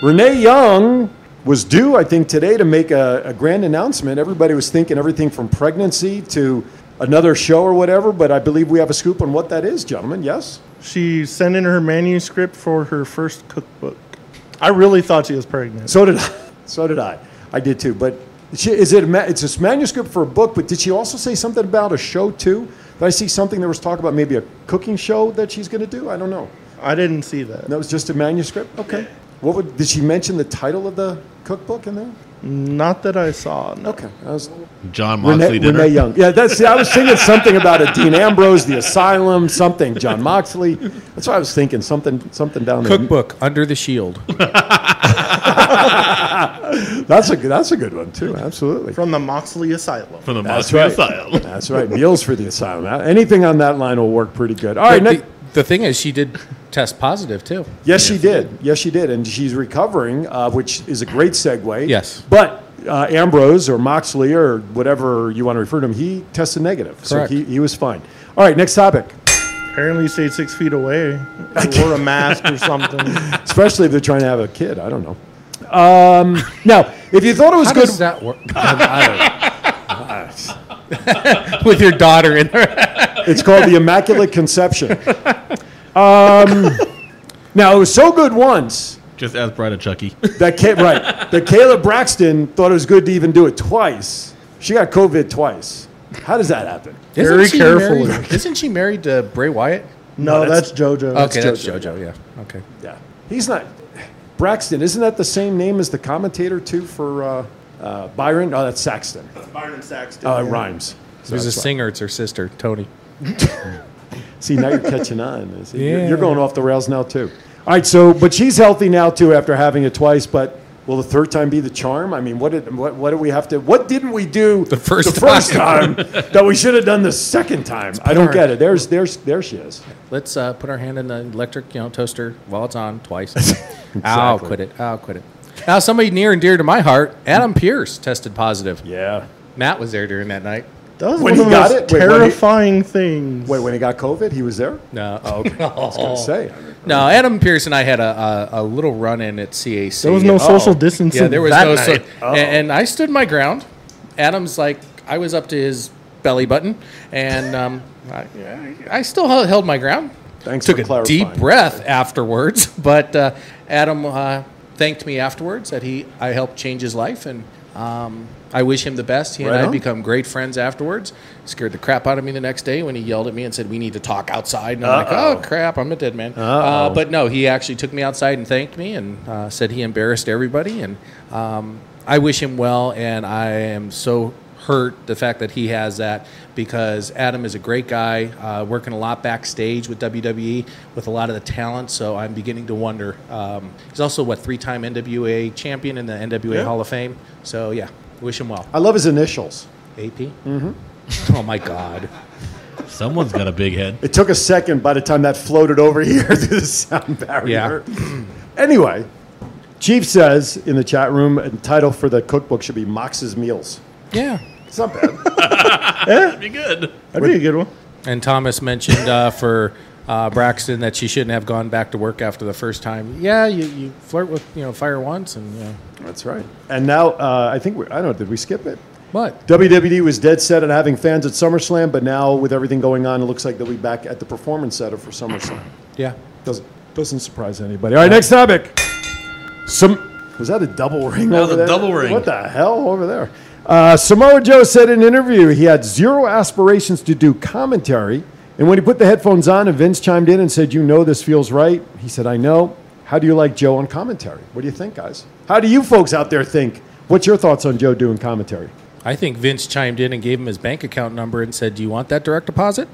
Renee Young was due, I think, today to make a, a grand announcement. Everybody was thinking everything from pregnancy to another show or whatever, but I believe we have a scoop on what that is, gentlemen. Yes?
She sent in her manuscript for her first cookbook. I really thought she was pregnant.
So did I. So did I. I did too. But she, is it? A ma- it's a manuscript for a book. But did she also say something about a show too? Did I see something that was talk about maybe a cooking show that she's going to do? I don't know.
I didn't see that.
That was just a manuscript. Okay. What would did she mention the title of the cookbook in there?
Not that I saw. No.
Okay. I was,
John Moxley
Renee,
did
Renee Young. Yeah, that's. see, I was thinking something about a Dean Ambrose, the Asylum, something. John Moxley. That's what I was thinking. Something. Something down there.
Cookbook Under the Shield.
That's a. good- That's a good one too. Absolutely.
From the Moxley Asylum.
from the
That's
Moxley
right.
Asylum.
That's right. Meals for the Asylum. Anything on that line will work pretty good. All right.
But
Next.
the, the thing is, she did test positive too.
Yes, she did. Yes, she did, and she's recovering, uh, which is a great segue.
Yes.
but uh, Ambrose or Moxley or whatever you want to refer to him, he tested negative,
Correct.
so he, he was fine. All right, next topic.
Apparently stayed six feet away. Wore a mask or something.
Especially if they're trying to have a kid, I don't know. Um, now, if you thought it was
How
good,
does that work? With your daughter in there.
It's called the Immaculate Conception. Um, now it was so good once
Just as bright a Chucky.
that Ca- right that Caleb Braxton thought it was good to even do it twice. She got COVID twice. How does that happen?
Very
she
carefully.
married- isn't she married to Bray Wyatt?
No,
No, that's-
that's, JoJo.
Okay, that's
JoJo.
JoJo. Yeah. Okay.
Yeah, he's not Braxton. Isn't that the same name as the commentator too for uh, uh, Byron? Oh, that's Saxton.
Byron Saxton.
Oh, it rhymes. So
There's a
that's why.
singer. It's her sister, Tony.
See, now you're catching on. See, you're-
Yeah.
You're going off the rails now, too. All right, so, but she's healthy now, too, after having it twice, but will the third time be the charm? I mean, what did, what, what do we have to, what didn't we do the
first
time, that we should have done the second time? I don't get it. There's, there's, there she is.
Let's uh, put our hand in the electric, you know, toaster while it's on twice. I'll quit it. I'll quit it. Now, somebody near and dear to my heart, Adam Pierce tested positive.
Yeah.
Matt was there during that night.
That was one
When he
of the
got
most
it? Wait, when he-
terrifying things.
Wait, when he got COVID, he was there?
No, oh, okay.
I say.
no. Adam Pierce and I had a, a, a little run in at CAC.
There was no
and-
social distancing
Oh. Yeah, there was
that
no.
night.
So, and, and I stood my ground. Adam's like I was up to his belly button, and um, I, I still hel- held my ground.
Thanks
Took
for
a
clarifying.
deep breath afterwards, but uh, Adam uh, thanked me afterwards that he I helped change his life, and um, I wish him the best. He and
Right
I
on.
become great friends afterwards. Scared the crap out of me the next day when he yelled at me and said we need to talk outside, and I'm
Uh-oh.
like, oh crap, I'm a dead man. Uh, but no, he actually took me outside and thanked me and uh, said he embarrassed everybody, and um, I wish him well, and I am so hurt the fact that he has that because Adam is a great guy, uh, working a lot backstage with WWE with a lot of the talent. So I'm beginning to wonder. Um, he's also what three-time NWA champion in the NWA
Yeah.
Hall of Fame. So yeah, wish him well.
I love his initials.
AP.
Mm-hmm.
Oh my God.
Someone's got a big head.
It took a second by the time that floated over here through the sound barrier. anyway, Chief says in the chat room, the title for the cookbook should be Mox's Meals.
Yeah.
It's not bad.
That'd be good.
good one.
And Thomas mentioned uh, for uh, Braxton that she shouldn't have gone back to work after the first time. Yeah, you, you flirt with you know fire once, and you know.
That's right. And now, uh, I think, we I don't know, did we skip it?
What?
WWE was dead set on having fans at SummerSlam, but now with everything going on, it looks like they'll be back at the Performance Center for SummerSlam.
Yeah.
Doesn't, doesn't surprise anybody. All right, next topic. Some was that a double ring?
That was
over
a
there?
double ring.
What the hell over there? Uh, Samoa Joe said in an interview he had zero aspirations to do commentary, and when he put the headphones on and Vince chimed in and said, "You know this feels right," he said, "I know." How do you like Joe on commentary? What do you think, guys? How do you folks out there think? What's your thoughts on Joe doing commentary?
I think Vince chimed in and gave him his bank account number and said, "Do you want that direct deposit?"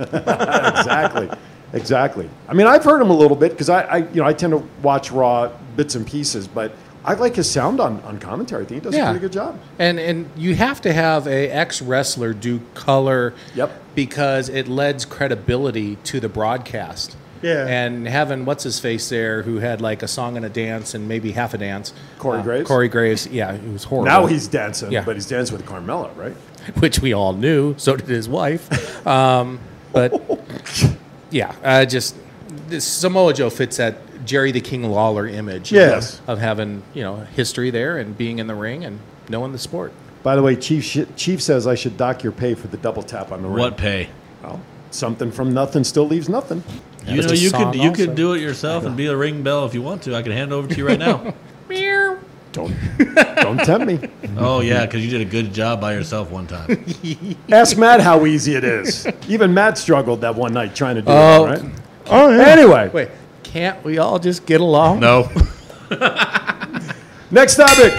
exactly. Exactly. I mean, I've heard him a little bit because I, I, you know, I tend to watch Raw bits and pieces, but I like his sound on, on commentary. I think he does
Yeah.
a pretty good job.
And and you have to have a ex wrestler do color. Yep. Because it lends credibility to the broadcast.
Yeah.
And having what's his face there, who had like a song and a dance and maybe half a dance. Uh,
Corey Graves?
Corey Graves. Yeah, it was horrible.
Now he's dancing,
Yeah.
but he's dancing with Carmella, right?
which we all knew. So did his wife. Um, but yeah, uh, just this, Samoa Joe fits that Jerry the King Lawler image.
Yes.
Of, having you know history there and being in the ring and knowing the sport.
By the way, Chief sh- Chief says I should dock your pay for the double tap on the ring.
What pay?
Well, something from nothing still leaves nothing.
You know, you could you could do it yourself and be a ring bell if you want to. I can hand it over to you right now.
Don't don't tempt me.
oh yeah, because you did a good job by yourself one time.
Ask Matt how easy it is. Even Matt struggled that one night trying to do
Oh.
it, right? Oh, Anyway,
Wait, can't we all just get along?
No.
next topic.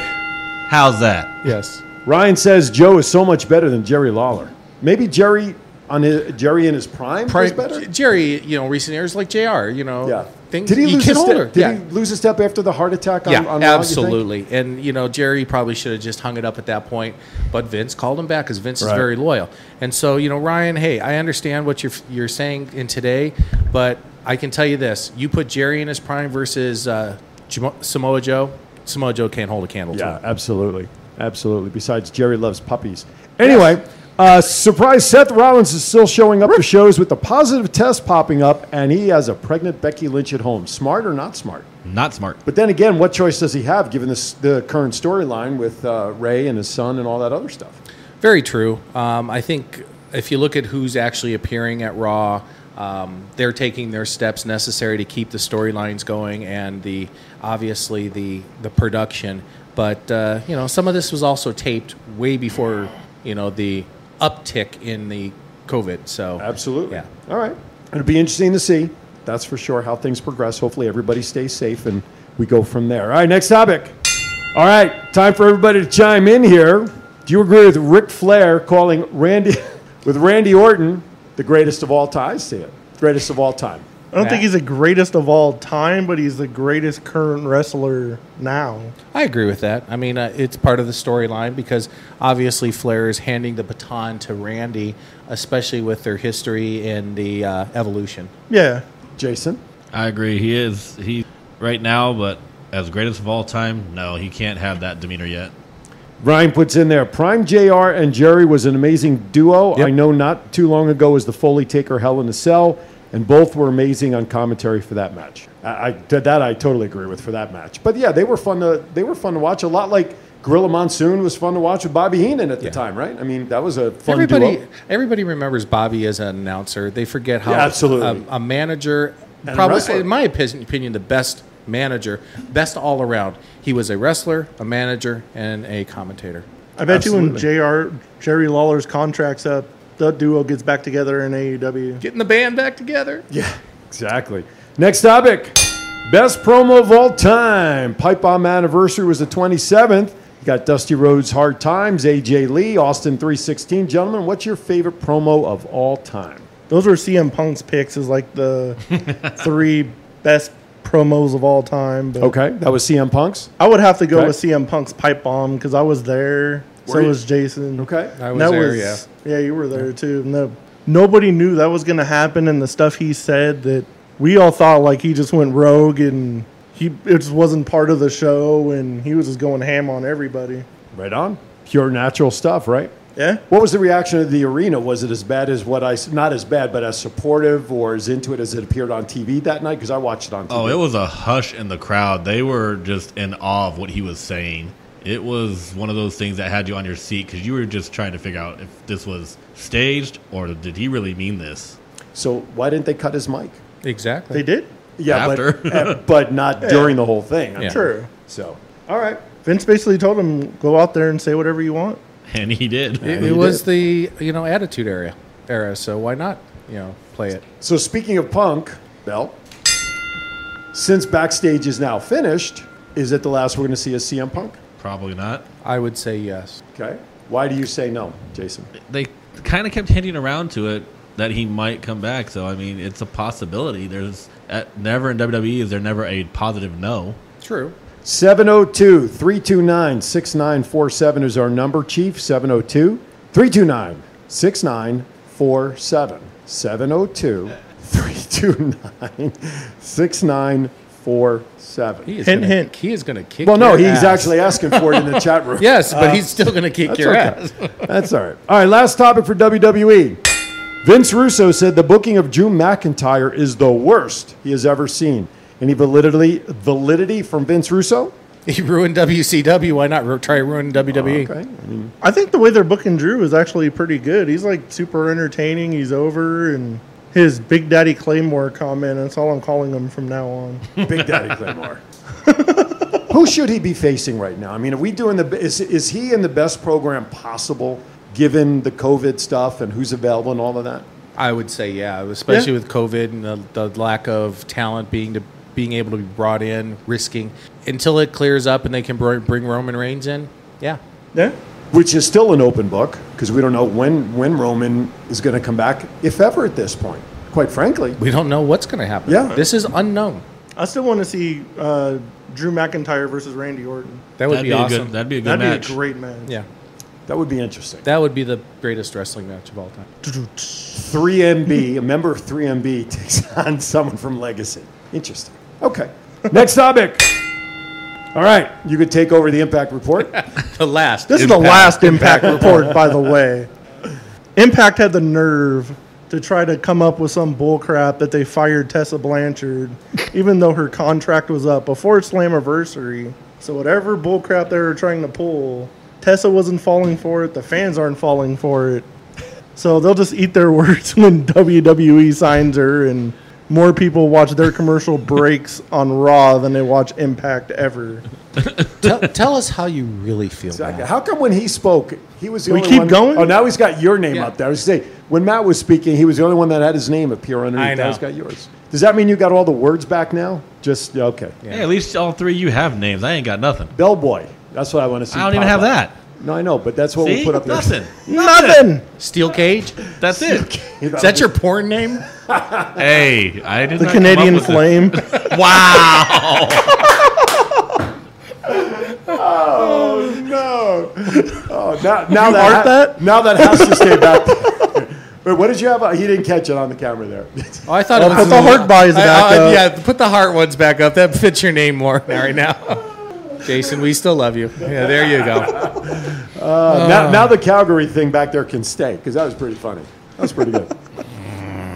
How's that?
Yes.
Ryan says Joe is so much better than Jerry Lawler. Maybe Jerry on his, Jerry in his prime was
Pri-
better.
J- Jerry, you know, recent years like Jr. You know,
Yeah.
things
Did he, lose
get
a
older.
step? Did
yeah.
he lose a step after the heart attack? On,
yeah,
on Raw, you think?
absolutely. And you know, Jerry probably should have just hung it up at that point, but Vince called him back because Vince
Right.
is very loyal. And so, you know, Ryan, hey, I understand what you're you're saying in today, but I can tell you this: you put Jerry in his prime versus uh, Jamo- Samoa Joe. Samoa Joe can't hold a candle to
Yeah,
him.
absolutely, absolutely. Besides, Jerry loves puppies. Anyway, uh, surprise! Seth Rollins is still showing up to shows with the positive test popping up, and he has a pregnant Becky Lynch at home. Smart or not smart?
Hmm.
Not smart.
But then again, what choice does he have given this, the current storyline with uh, Ray and his son and all that other stuff?
Very true. Um, I think if you look at who's actually appearing at Raw, um, they're taking their steps necessary to keep the storylines going and the obviously the the production. But uh, you know, some of this was also taped way before you know the uptick in the COVID. So
Absolutely.
Yeah.
All right. It'll be interesting to see. That's for sure how things progress. Hopefully, everybody stays safe and we go from there. All right, next topic. All right, time for everybody to chime in here. Do you agree with Ric Flair calling Randy with Randy Orton the greatest of all time? I see it. Greatest of all time.
I don't think he's the greatest of all time, but he's the greatest current wrestler now.
I agree with that. I mean, uh, it's part of the storyline because obviously Flair is handing the baton to Randy, especially with their history and the uh, evolution.
Yeah.
Jason?
I agree. He is he right now, but as greatest of all time, no, he can't have that demeanor yet.
Ryan puts in there Prime JR and Jerry was an amazing duo. I know not too long ago was the Foley Taker Hell in a Cell, and both were amazing on commentary for that match. I, I that that I totally agree with for that match. But yeah, they were fun to they were fun to watch. A lot like Gorilla Monsoon was fun to watch with Bobby Heenan at the time, right? I mean, that was a fun
everybody,
duo.
everybody remembers Bobby as an announcer. They forget how
Yeah, absolutely.
a, a manager,
And a
probably
wrestler.
in my opinion, opinion, the best manager, best all around. He was a wrestler, a manager, and a commentator.
I bet
Absolutely.
you when JR Jerry Lawler's contract's up, the duo gets back together in E AEW.
Getting the band back together.
Yeah, exactly. Next topic. Best promo of all time. Pipe Bomb anniversary was the 27th. You got Dusty Rhodes, Hard Times, AJ Lee, Austin 316. Gentlemen, what's your favorite promo of all time?
Those were CM Punk's picks as like the three best promos of all time. But
Okay, that was CM Punk's.
I would have to go
Okay.
with CM Punk's pipe bomb because I was there.
Were
So
you?
was Jason.
Okay. I
And that
was there, yeah.
Yeah, you were there too. No, nobody knew that was going to happen, and the stuff he said that we all thought like he just went rogue and he it just wasn't part of the show, and he was just going ham on everybody.
Right on. Pure natural stuff, right?
Yeah.
What was the reaction of the arena? Was it as bad as what I, s- not as bad, but as supportive or as into it as it appeared on TV that night? Because I watched it on TV.
Oh, it was a hush in the crowd. They were just in awe of what he was saying. It was one of those things that had you on your seat because you were just trying to figure out if this was staged or did he really mean this.
So why didn't they cut his mic?
Exactly.
They did.
Yeah, but-
After.
eh, but, not
Yeah.
during the whole thing. I'm
Yeah.
sure.
True.
So, all right.
Vince basically told him go out there and say whatever you want.
And he did.
It,
he
it was the you know attitude era era. So why not you know play it?
So speaking of punk, Bell, since backstage is now finished, is it the last we're going to see a CM Punk?
Probably not.
I would say yes.
Okay. Why do you say no, Jason?
They kind of kept hinting around to it that he might come back. So, I mean, it's a possibility. There's at, never in WWE is there never a positive no.
True.
702 329 6947 is our number, Chief. 702 329 6947. 702 329 6947.
He is
Hint,
gonna,
hint.
He is going to kick.
Well, no,
your
he's
ass.
actually asking for it in the chat room.
Yes, but he's still going to kick your ass.
okay. That's all right. All right, last topic for WWE. Vince Russo said the booking of Drew McIntyre is the worst he has ever seen. Any validity validity from Vince Russo?
He ruined WCW. Why not ru- try ruining E? WWE?
Oh, Okay.
I think the way they're booking Drew is actually pretty good. He's like super entertaining. He's over and his Big Daddy Claymore comment. That's all I'm calling him from now on.
Big Daddy Claymore. Who should he be facing right now? I mean, are we doing the is, is he in the best program possible given the COVID stuff and who's available and all of that?
I would say yeah, especially
Yeah.
with COVID and the, the lack of talent being to being able to be brought in, risking until it clears up and they can br- bring Roman Reigns in. Yeah,
yeah.
Which is still an open book because we don't know when when Roman is going to come back, if ever at this point. Quite frankly,
we don't know what's going to happen.
Yeah.
this is unknown.
I still want to see uh, Drew McIntyre versus Randy Orton.
That would
That'd
be, awesome.
A good, that'd be a good
That'd
match.
be a great match.
yeah,
that would be interesting.
that would be the greatest wrestling match of all time.
3MB, a member of 3MB takes on someone from Legacy. Interesting. Okay. Next topic. All right. You could take over the impact report.
The last.
This is the last Impact report, by the way. Impact had the nerve to try to come up with some bullcrap that they fired Tessa Blanchard, even though her contract was up before Slammiversary. So whatever bullcrap they were trying to pull, Tessa wasn't falling for it. The fans aren't falling for it. So they'll just eat their words when WWE signs her, and more people watch their commercial breaks on Raw than they watch Impact ever.
tell, tell us how you really feel.
Exactly.
Matt.
How come when he spoke, he was the
We
only
keep
one?
going?
Oh, now he's got your name
Yeah.
up there. I was saying, when Matt was speaking, he was the only one that had his name appear underneath.
I
Now
know.
he's got yours. Does that mean you got all the words back now? Just, yeah, okay.
Hey, at least all three of you have names. I ain't got nothing.
Bellboy. That's what I want to see.
I don't even
pop
have
up.
that.
No, I know, but that's what
See?
we'll put up there.
Nothing.
Nothing.
Steel Cage?
That's it.
Is that your porn name?
hey, I did
The
not come up
Canadian
with this.
Flame.
Wow.
No. Oh, now, now that,
art that?
now that has to stay back. Wait, what did you have? He didn't catch it on the camera there.
Oh, I thought
Well, put the heart buys back up.
Yeah, put the heart ones back up. That fits your name more right now. Jason, we still love you. Yeah, there you go.
Oh,
Uh.
now, now the Calgary thing back there can stay because that was pretty funny. That was pretty good.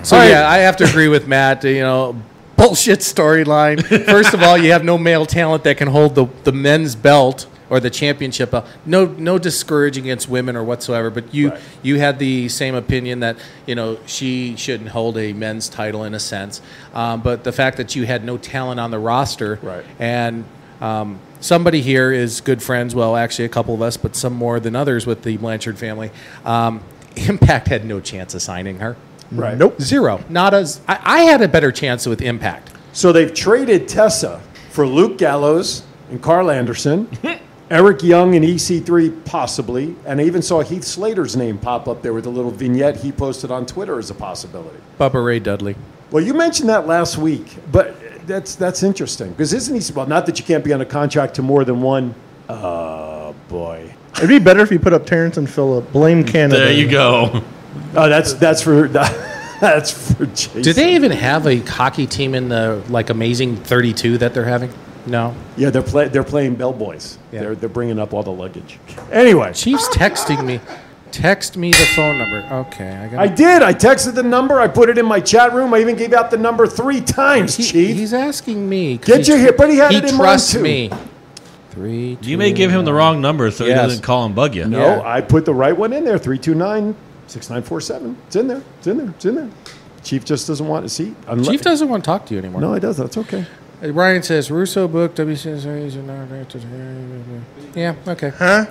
So yeah, I have to agree with Matt. You know, bullshit storyline. First of all, you have no male talent that can hold the, the men's belt or the championship. belt. No, no discouraging against women or whatsoever. But you
Right.
you had the same opinion that you know she shouldn't hold a men's title in a sense. Um, but the fact that you had no talent on the roster,
Right.
and um, somebody here is good friends. Well, actually, a couple of us, but some more than others with the Blanchard family. Um, Impact had no chance of signing her.
Right.
Zero. Not as I, I had a better chance with Impact.
So they've traded Tessa for Luke Gallows and Carl Anderson, Eric Young and EC3 possibly, and I even saw Heath Slater's name pop up there with a little vignette he posted on Twitter as a possibility.
Bubba Ray Dudley.
Well, you mentioned that last week, but that's that's interesting because isn't he? Well, not that you can't be on a contract to more than one. Oh boy,
It'd be better if you put up Terrence and Phillip. Blame Canada.
There you go.
Oh, that's that's for that's for Jason.
Do they even have a hockey team in the like amazing 32 that they're having? No.
Yeah, they're play, they're playing bellboys. They're they're bringing up all the luggage. Anyway,
Chief's texting me. Text me the phone number. Okay, I got.
I did. I texted the number. I put it in my chat room. I even gave out the number three times, Chief.
He's asking me. 'cause
Get
he
your
tr-
hit, but he had
he
it in mind,
trusts
too.
me. Three.
You may give him the wrong number so
Yes.
he doesn't call and bug you.
No, Oh, I put the right one in there. Three two nine six nine four seven. It's in there. It's in there. It's in there. Chief just doesn't want to see. Unless,
Chief doesn't want to talk to you anymore.
No, he doesn't. That's okay.
Uh, Ryan says Russo book WCSA. Yeah. Okay. Huh?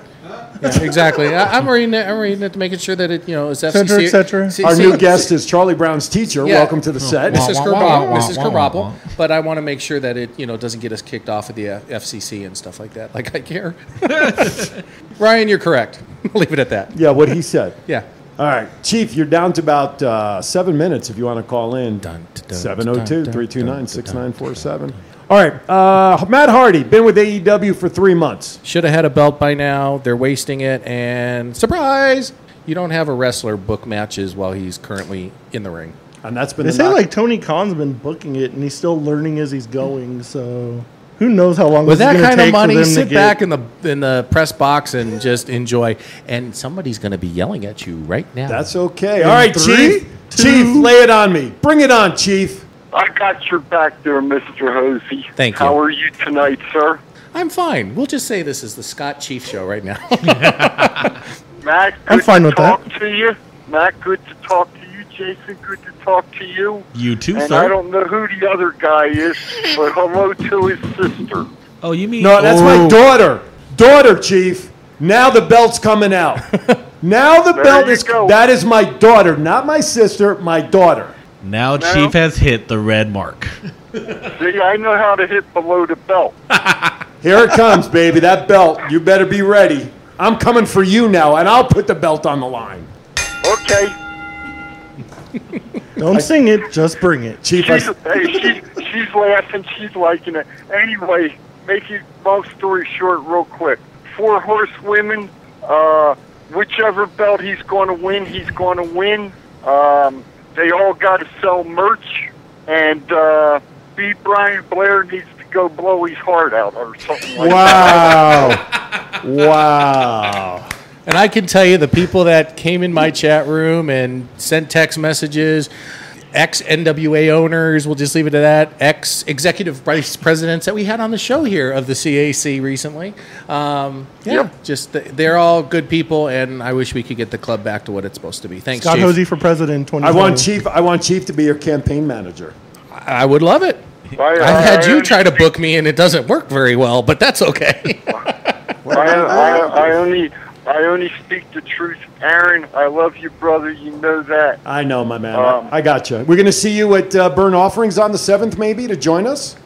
Yeah, exactly. I, I'm reading it. I'm reading it, making sure that it you know is FCC.
cetera, et cetera.
C-
Our
C-
new guest is Charlie Brown's teacher.
Yeah.
Welcome to the set.
Mrs. Kerbobble, Mrs. Kerbobble, but I want to make sure that it you know doesn't get us kicked off of the uh, FCC and stuff like that. Like I care. Ryan, you're correct. I'll leave it at that.
Yeah, what he said.
Yeah.
All right, Chief, you're down to about uh, seven minutes if you want to call in. 702 329 6947. All right, uh, Matt Hardy, been with AEW for three months.
Should have had a belt by now. They're wasting it, and surprise, you don't have a wrestler book matches while he's currently in the ring.
And that's been
They say like Tony Khan's been booking it, and he's still learning as he's going. So who knows how long
With
this
that
is gonna
kind
take for
of money,
them to
sit
get-
back in the in the press box and just enjoy. And somebody's going to be yelling at you right now.
That's okay.
In
All right,
three,
Chief. Chief, lay it on me. Bring it on, Chief.
I got your back there, Mr. Hosey.
Thank
How
you.
are you tonight, sir?
I'm fine. We'll just say this is the Scott Chief show right now.
Matt, good
I'm fine
to
with
talk
that.
to you. Matt, good to talk to you. Jason, good to talk to you.
You too,
and
sir.
I don't know who the other guy is, but hello to his sister.
Oh, you mean
No, that's my daughter. Daughter, Chief. Now the belt's coming out. now the
There
belt
you
is.
go.
That is my daughter, not my sister, my daughter.
Now
No.
Chief has hit the red mark.
See, I know how to hit below the belt.
Here it comes, baby. That belt. You better be ready. I'm coming for you now, and I'll put the belt on the line.
Okay.
Don't sing it. Just bring it.
Chief,
She's, hey, she, she's laughing. She's liking it. Anyway, make it long story short, real quick. Four horsewomen. Uh, whichever belt he's going to win, he's going to win. Um, they all got to sell merch, and uh, B. Brian Blair needs to go blow his heart out or something like
Wow. wow.
And I can tell you the people that came in my chat room and sent text messages, ex NWA owners, we'll just leave it at that, ex executive vice presidents that we had on the show here of the CAC recently. Um, yeah, just th- they're all good people, and I wish we could get the club back to what it's supposed to be. Thanks,
Scott
Chief.
Hosey for president. Twenty.
I want Chief. I want Chief to be your campaign manager.
I would love it.
that. I,
I've had you try to book me, and it doesn't work very well, but that's okay.
I, I, I only, I only speak the truth, Aaron. I love you, brother. You know that.
I know, my man.
Um,
I got gotcha. you. We're going to see you at uh, Burn Offerings on the 7th, maybe, to join us?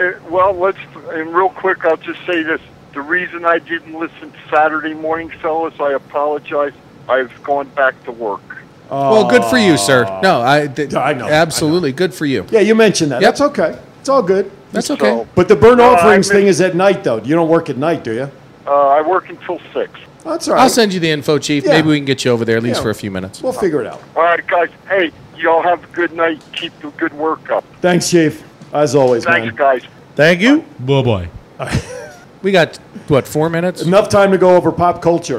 Uh, well, let's, and real quick, I'll just say this. The reason I didn't listen Saturday morning, fellas, I apologize. I've gone back to work.
well, good for you, sir. No, I, th-
I know, I know.
absolutely good for you.
Yeah, you mentioned that.
Yep.
That's okay. It's all good.
That's okay.
But the Burn
No, Uh, I
Offerings
mean-
thing is at night, though. You don't work at night, do you?
Uh, I work until 6.
That's all right.
I'll send you the info, Chief.
Yeah.
Maybe we can get you over there at least
Yeah.
for a few minutes.
We'll figure it out.
All right, guys. Hey, y'all have a good night. Keep the good work up.
Thanks, Chief. As always,
Thanks,
man.
guys.
Thank you.
Boy, boy.
We got what four minutes?
Enough time to go over pop culture.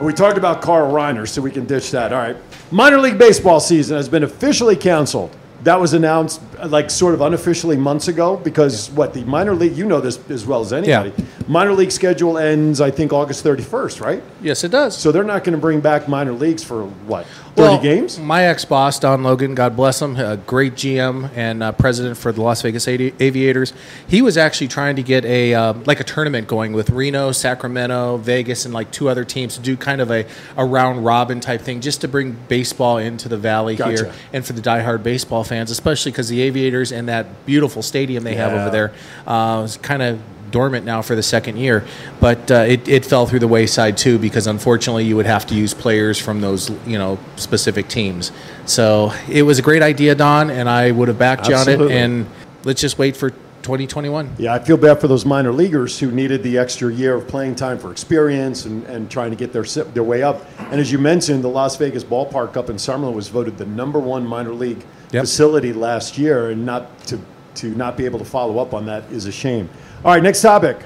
We talked about Carl Reiner, so we can ditch that. All right. Minor league baseball season has been officially canceled. That was announced, uh, like, sort of unofficially months ago because what the minor league, you know this as well as anybody. Minor league schedule ends, I think, August 31st, right?
Yes, it does.
So they're not going to bring back minor leagues for what, 30 games?
My ex boss, Don Logan, God bless him, a great GM and uh, president for the Las Vegas Avi- Aviators. He was actually trying to get a uh, like a tournament going with Reno, Sacramento, Vegas, and like two other teams to do kind of a, a round robin type thing, just to bring baseball into the valley
Gotcha.
here and for the diehard baseball fans, especially because the Aviators and that beautiful stadium they have
Yeah.
over there. Uh, it's kind of dormant now for the second year, but uh, it, it fell through the wayside too because unfortunately you would have to use players from those you know specific teams. So it was a great idea, Don, and I would have backed you on
Absolutely.
it. And let's just wait for 2021.
Yeah, I feel bad for those minor leaguers who needed the extra year of playing time for experience and, and trying to get their si- their way up. And as you mentioned, the Las Vegas ballpark up in Summerlin was voted the number one minor league facility last year, and not to to not be able to follow up on that is a shame. All right, next topic.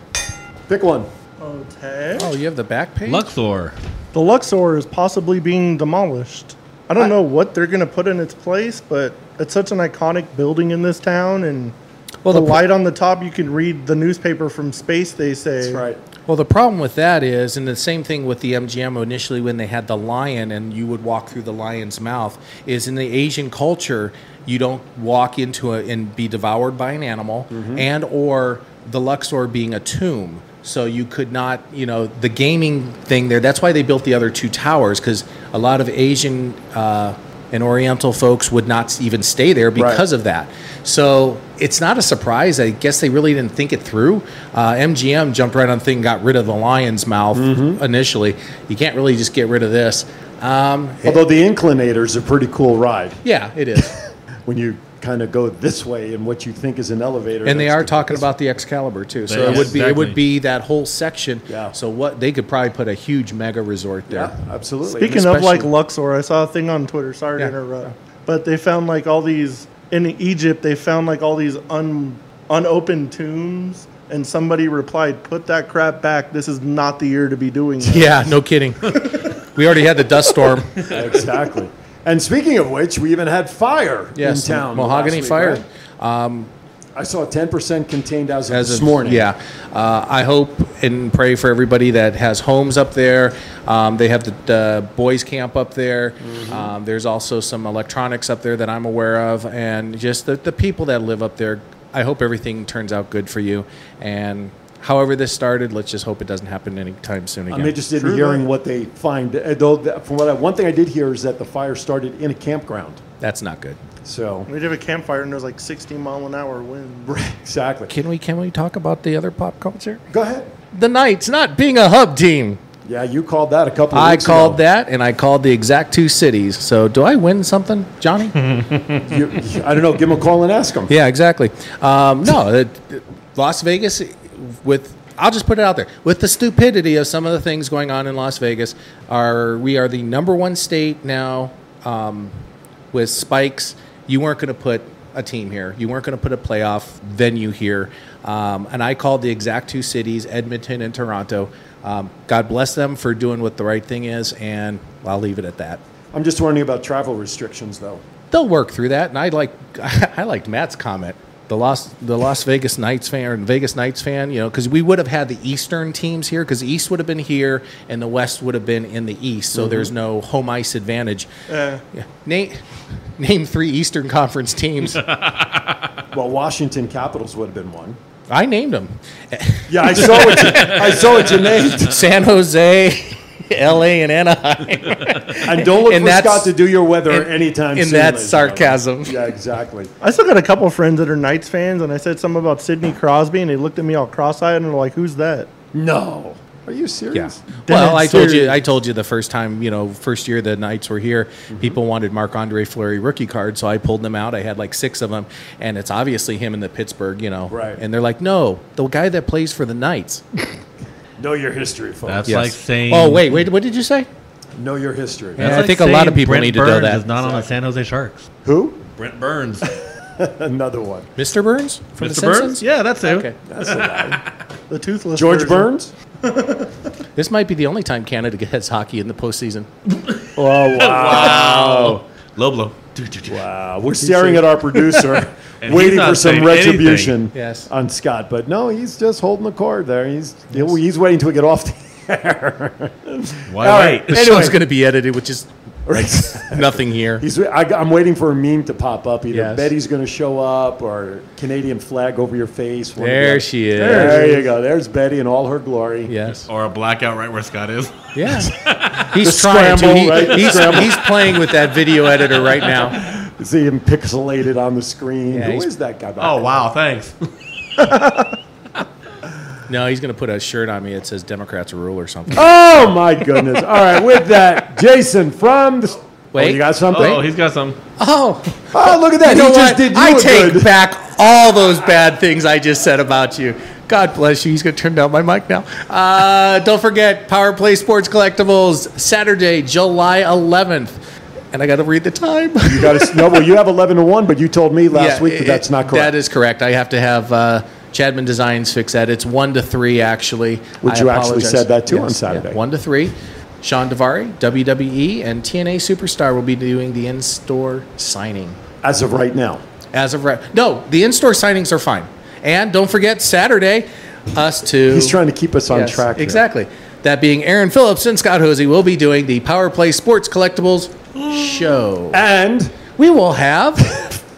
Pick one.
Okay.
Oh, you have the back page?
Luxor.
The Luxor is possibly being demolished. I don't know what they're going to put in its place, but it's such an iconic building in this town. And
Well,
the,
the pro-
light on the top, you can read the newspaper from space, they say. That's right.
Well, the problem with that is, and the same thing with the MGM initially when they had the lion and you would walk through the lion's mouth, is in the Asian culture, you don't walk into it and be devoured by an animal and or the Luxor being a tomb. So you could not, you know, the gaming thing there. That's why they built the other two towers because a lot of Asian uh, and Oriental folks would not s- even stay there because of that. So it's not a surprise. I guess they really didn't think it through. Uh, MGM jumped right on the thing, got rid of the lion's mouth
Mm-hmm.
initially. You can't really just get rid of this. Um,
Although the Inclinator is a pretty cool ride
yeah, it is.
when you kind of go this way in what you think is an elevator.
and they
that's
are talking about the Excalibur too. So
Yeah,
it would be it
exactly.
would be that whole section. Yeah. So what they could probably put a huge mega resort there.
absolutely.
Speaking of like Luxor, I saw a thing on Twitter. Sorry to interrupt, but they found like all these in Egypt. They found like all these un unopened tombs, and somebody replied, "Put that crap back. This is not the year to be doing." That.
Yeah, no kidding. we already had the dust storm.
exactly. And speaking of which, we even had fire
Yes,
in town.
mahogany
last week,
fire.
right? I saw ten percent contained as of
as
this
of-
morning.
Yeah, uh, I hope and pray for everybody that has homes up there. Um, they have the, the boys' camp up there. Um, there's also some electronics up there that I'm aware of, and just the, the people that live up there. I hope everything turns out good for you. And however this started, let's just hope it doesn't happen anytime soon again.
I'm interested in hearing what they find. Uh, Though, th- from what I, one thing I did hear is that the fire started in a campground.
That's not good.
So
We did have a campfire and there was like 60 mile an hour wind.
exactly.
Can we can we talk about the other pop culture?
Go ahead.
The Knights not being a hub team.
Yeah, you called that a couple. Of
I
weeks
called
ago.
that, and I called the exact two cities. So, do I win something, Johnny?
You- I don't know. Give them a call and ask them.
Yeah, exactly. Um, no, that- that Las Vegas with. I'll just put it out there. With the stupidity of some of the things going on in Las Vegas, are we are the number one state now um, with spikes. You weren't going to put a team here. You weren't going to put a playoff venue here. Um, and I called the exact two cities, Edmonton and Toronto. Um, God bless them for doing what the right thing is, and I'll leave it at that.
I'm just wondering about travel restrictions, though.
they'll work through that. And I like I liked Matt's comment. The Las the Las Vegas Knights fan or Vegas Knights fan, you know, because we would have had the Eastern teams here because East would have been here and the West would have been in the East, so
Mhm.
there's no home ice advantage.
Uh,
Yeah. Name name three Eastern Conference teams.
well, Washington Capitals would have been one.
I named them.
Yeah, I saw what you- I saw what you named.
San Jose, L.A. and Anaheim.
And don't look for
that's-
Scott to do your weather
and-
anytime
and
soon.
that's
ladies and gentlemen.
sarcasm.
Yeah, exactly.
I still got a couple friends that are Knights fans, and I said something about Sidney Crosby, and they looked at me all cross eyed and were like, Who's that?
No. Are you
Yeah.
serious?
Well,
Dead
I told you.
serious.
I told you the first time. You know, first year the Knights were here,
Mm-hmm.
people wanted Marc Andre Fleury rookie card, so I pulled them out. I had like six of them, and it's obviously him in the Pittsburgh. You know, right? And they're like, no, the guy that plays for the Knights.
Know your history, folks.
That's like saying.
Oh wait, wait. What did you say?
Know your history.
That's
I
like
think a lot of
saying
people
Brent
need to know
Burns
that.
Is not on the San Jose Sharks.
Who?
Brent Burns.
Another one.
Mr. Burns from the
Mr. Burns?
Simpsons?
Yeah, that's him.
Okay.
That's a lie.
The toothless.
George
version.
Burns?
This might be the only time Canada gets hockey in the postseason.
Oh, wow.
Low blow.
Wow. We're staring at our producer,
And he's
waiting
not
for some
saying anything.
retribution
Yes.
on Scott. But no, he's just holding the cord there. He's he's waiting till we get off the air.
Why
All
wait? The show's gonna be edited, which is nothing here.
He's, I, am waiting for a meme to pop up. Either
Yes.
Betty's going to show up or Canadian flag over your face. one or the
There
other.
she is.
There you go. There's Betty in all her glory.
Yes.
Or a blackout right where Scott is.
Yeah.
The
He's trying
scramble,
to. He-
right? The
he's,
scramble.
he's playing with that video editor right now.
see him pixelated on the screen.
Yeah,
Who
he's-
is that guy? back
Oh
there?
wow, thanks.
No, he's going to put a shirt on me that says Democrats rule or something.
Oh my goodness! All right, with that, Jason from the.
Wait.
oh, you got something?
Oh, he's
got some.
Oh,
oh, look at that!
You know
he just
what?
did you
I
a
take
good.
back all those bad things I just said about you. God bless you. He's going to turn down my mic now. Uh, don't forget Power Play Sports Collectibles Saturday, July 11th. And I got to read the time.
You got to no. Well, you have eleven to one, but you told me last
Yeah,
week that
it-
that's not correct.
That is correct. I have to have uh, Chadman Designs fix that. It's one to three actually.
Which
I
you actually said that too on
yeah.
Saturday.
One to three. Sean Devari, WWE, E, and TNA Superstar will be doing the in-store signing.
As of right now.
As of right. No, the in-store signings are fine. And don't forget Saturday, us two.
He's trying to keep us on
Yes,
track. here.
Exactly. That being Aaron Phillips and Scott Hosey will be doing the Power Play Sports Collectibles show.
And
we will have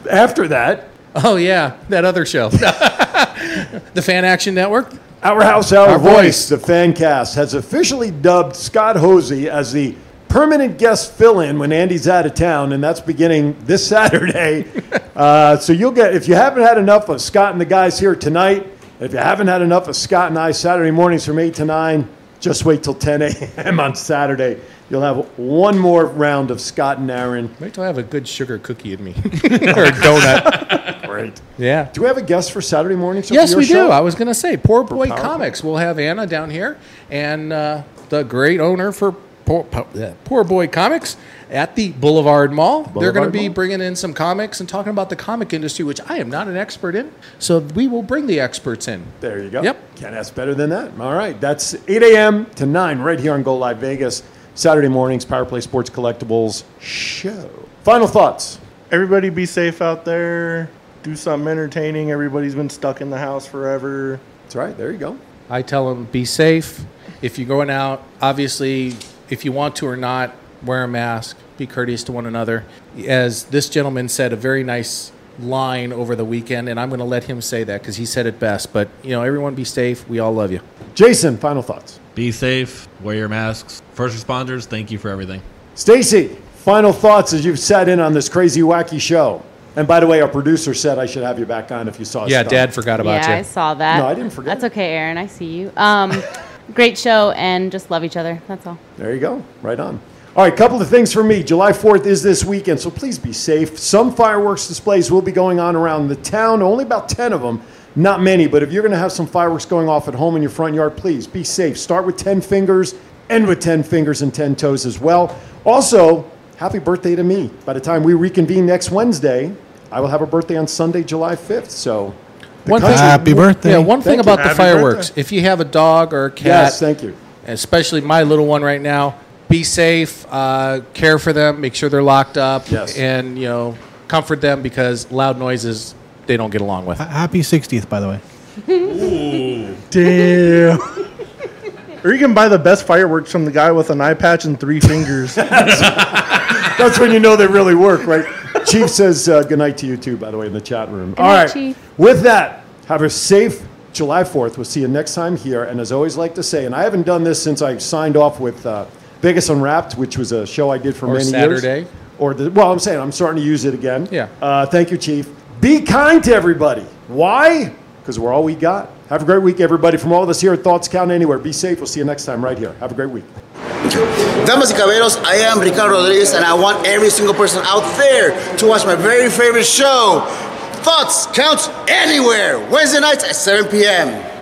after that.
Oh yeah, that other show. the Fan Action Network.
Our House Our,
Our
Voice, the fan cast, has officially dubbed Scott Hosey as the permanent guest fill in when Andy's out of town, and that's beginning this Saturday. uh, so you'll get, if you haven't had enough of Scott and the guys here tonight, if you haven't had enough of Scott and I Saturday mornings from 8 to 9, just wait till 10 a.m. on Saturday. You'll have one more round of Scott and Aaron.
Wait till I have a good sugar cookie in me or a donut.
Great.
Yeah.
Do we have a guest for Saturday mornings?
Yes,
for
we
your show?
do. I was going to say, Poor Boy
Power
Comics. We'll have Anna down here and uh, the great owner for Poor, Po- uh, Poor Boy Comics at the Boulevard Mall. They're going
Boulevard
to be
Mall.
bringing in some comics and talking about the comic industry, which I am not an expert in. So we will bring the experts in.
There you go.
Yep.
Can't ask better than that. All right. That's 8 a.m. to 9 right here on Go Live Vegas. Saturday mornings, Power Play Sports Collectibles show. Final thoughts.
Everybody be safe out there. Do something entertaining. Everybody's been stuck in the house forever.
That's right. There you go.
I tell them be safe. If you're going out, obviously, if you want to or not, wear a mask. Be courteous to one another. As this gentleman said, a very nice line over the weekend, and I'm going to let him say that because he said it best. But you know, everyone be safe. We all love you.
Jason, final thoughts.
Be safe. Wear your masks. First responders, thank you for everything.
Stacy, final thoughts as you've sat in on this crazy, wacky show. And by the way, our producer said I should have you back on if you saw us.
Yeah,
stuff.
Dad forgot about
yeah, I saw that.
No, I didn't forget.
That's okay, Aaron. I see you. Um, great show, and just love each other. That's all.
There you go. Right on. All right, couple of things for me. July 4th is this weekend, so please be safe. Some fireworks displays will be going on around the town, only about 10 of them. Not many, but if you're going to have some fireworks going off at home in your front yard, please be safe. Start with 10 fingers, end with 10 fingers and 10 toes as well. Also, happy birthday to me. By the time we reconvene next Wednesday, I will have a birthday on Sunday, July 5th. So, the
One thing-
country-
Happy birthday. Yeah, one thing
Thank you.
about the Happy fireworks, birthday. if you have a dog or a cat-
Yes, thank you.
especially my little one right now. Be safe, uh, care for them, make sure they're locked up,
Yes.
and you know, comfort them because loud noises they don't get along with.
H- Happy 60th, by the way.
Damn. or you can buy the best fireworks from the guy with an eye patch and three fingers.
That's when you know they really work, right? Chief says uh, good night to you too, by the way, in the chat room.
Good
All
night,
right.
Chief.
With that, have a safe July 4th. We'll see you next time here. And as I always like to say, and I haven't done this since I signed off with uh, Vegas Unwrapped, which was a show I did for
Or
many
Saturday.
years. Or the, well, I'm saying I'm starting to use it again.
Yeah.
Uh, thank you, Chief. Be kind to everybody. Why? Because we're all we got. Have a great week, everybody. From all of us here at Thoughts Count Anywhere, be safe. We'll see you next time right here. Have a great week.
Damas y caballeros, I am Ricardo Rodriguez, and I want every single person out there to watch my very favorite show, Thoughts Counts Anywhere, Wednesday nights at 7 p.m.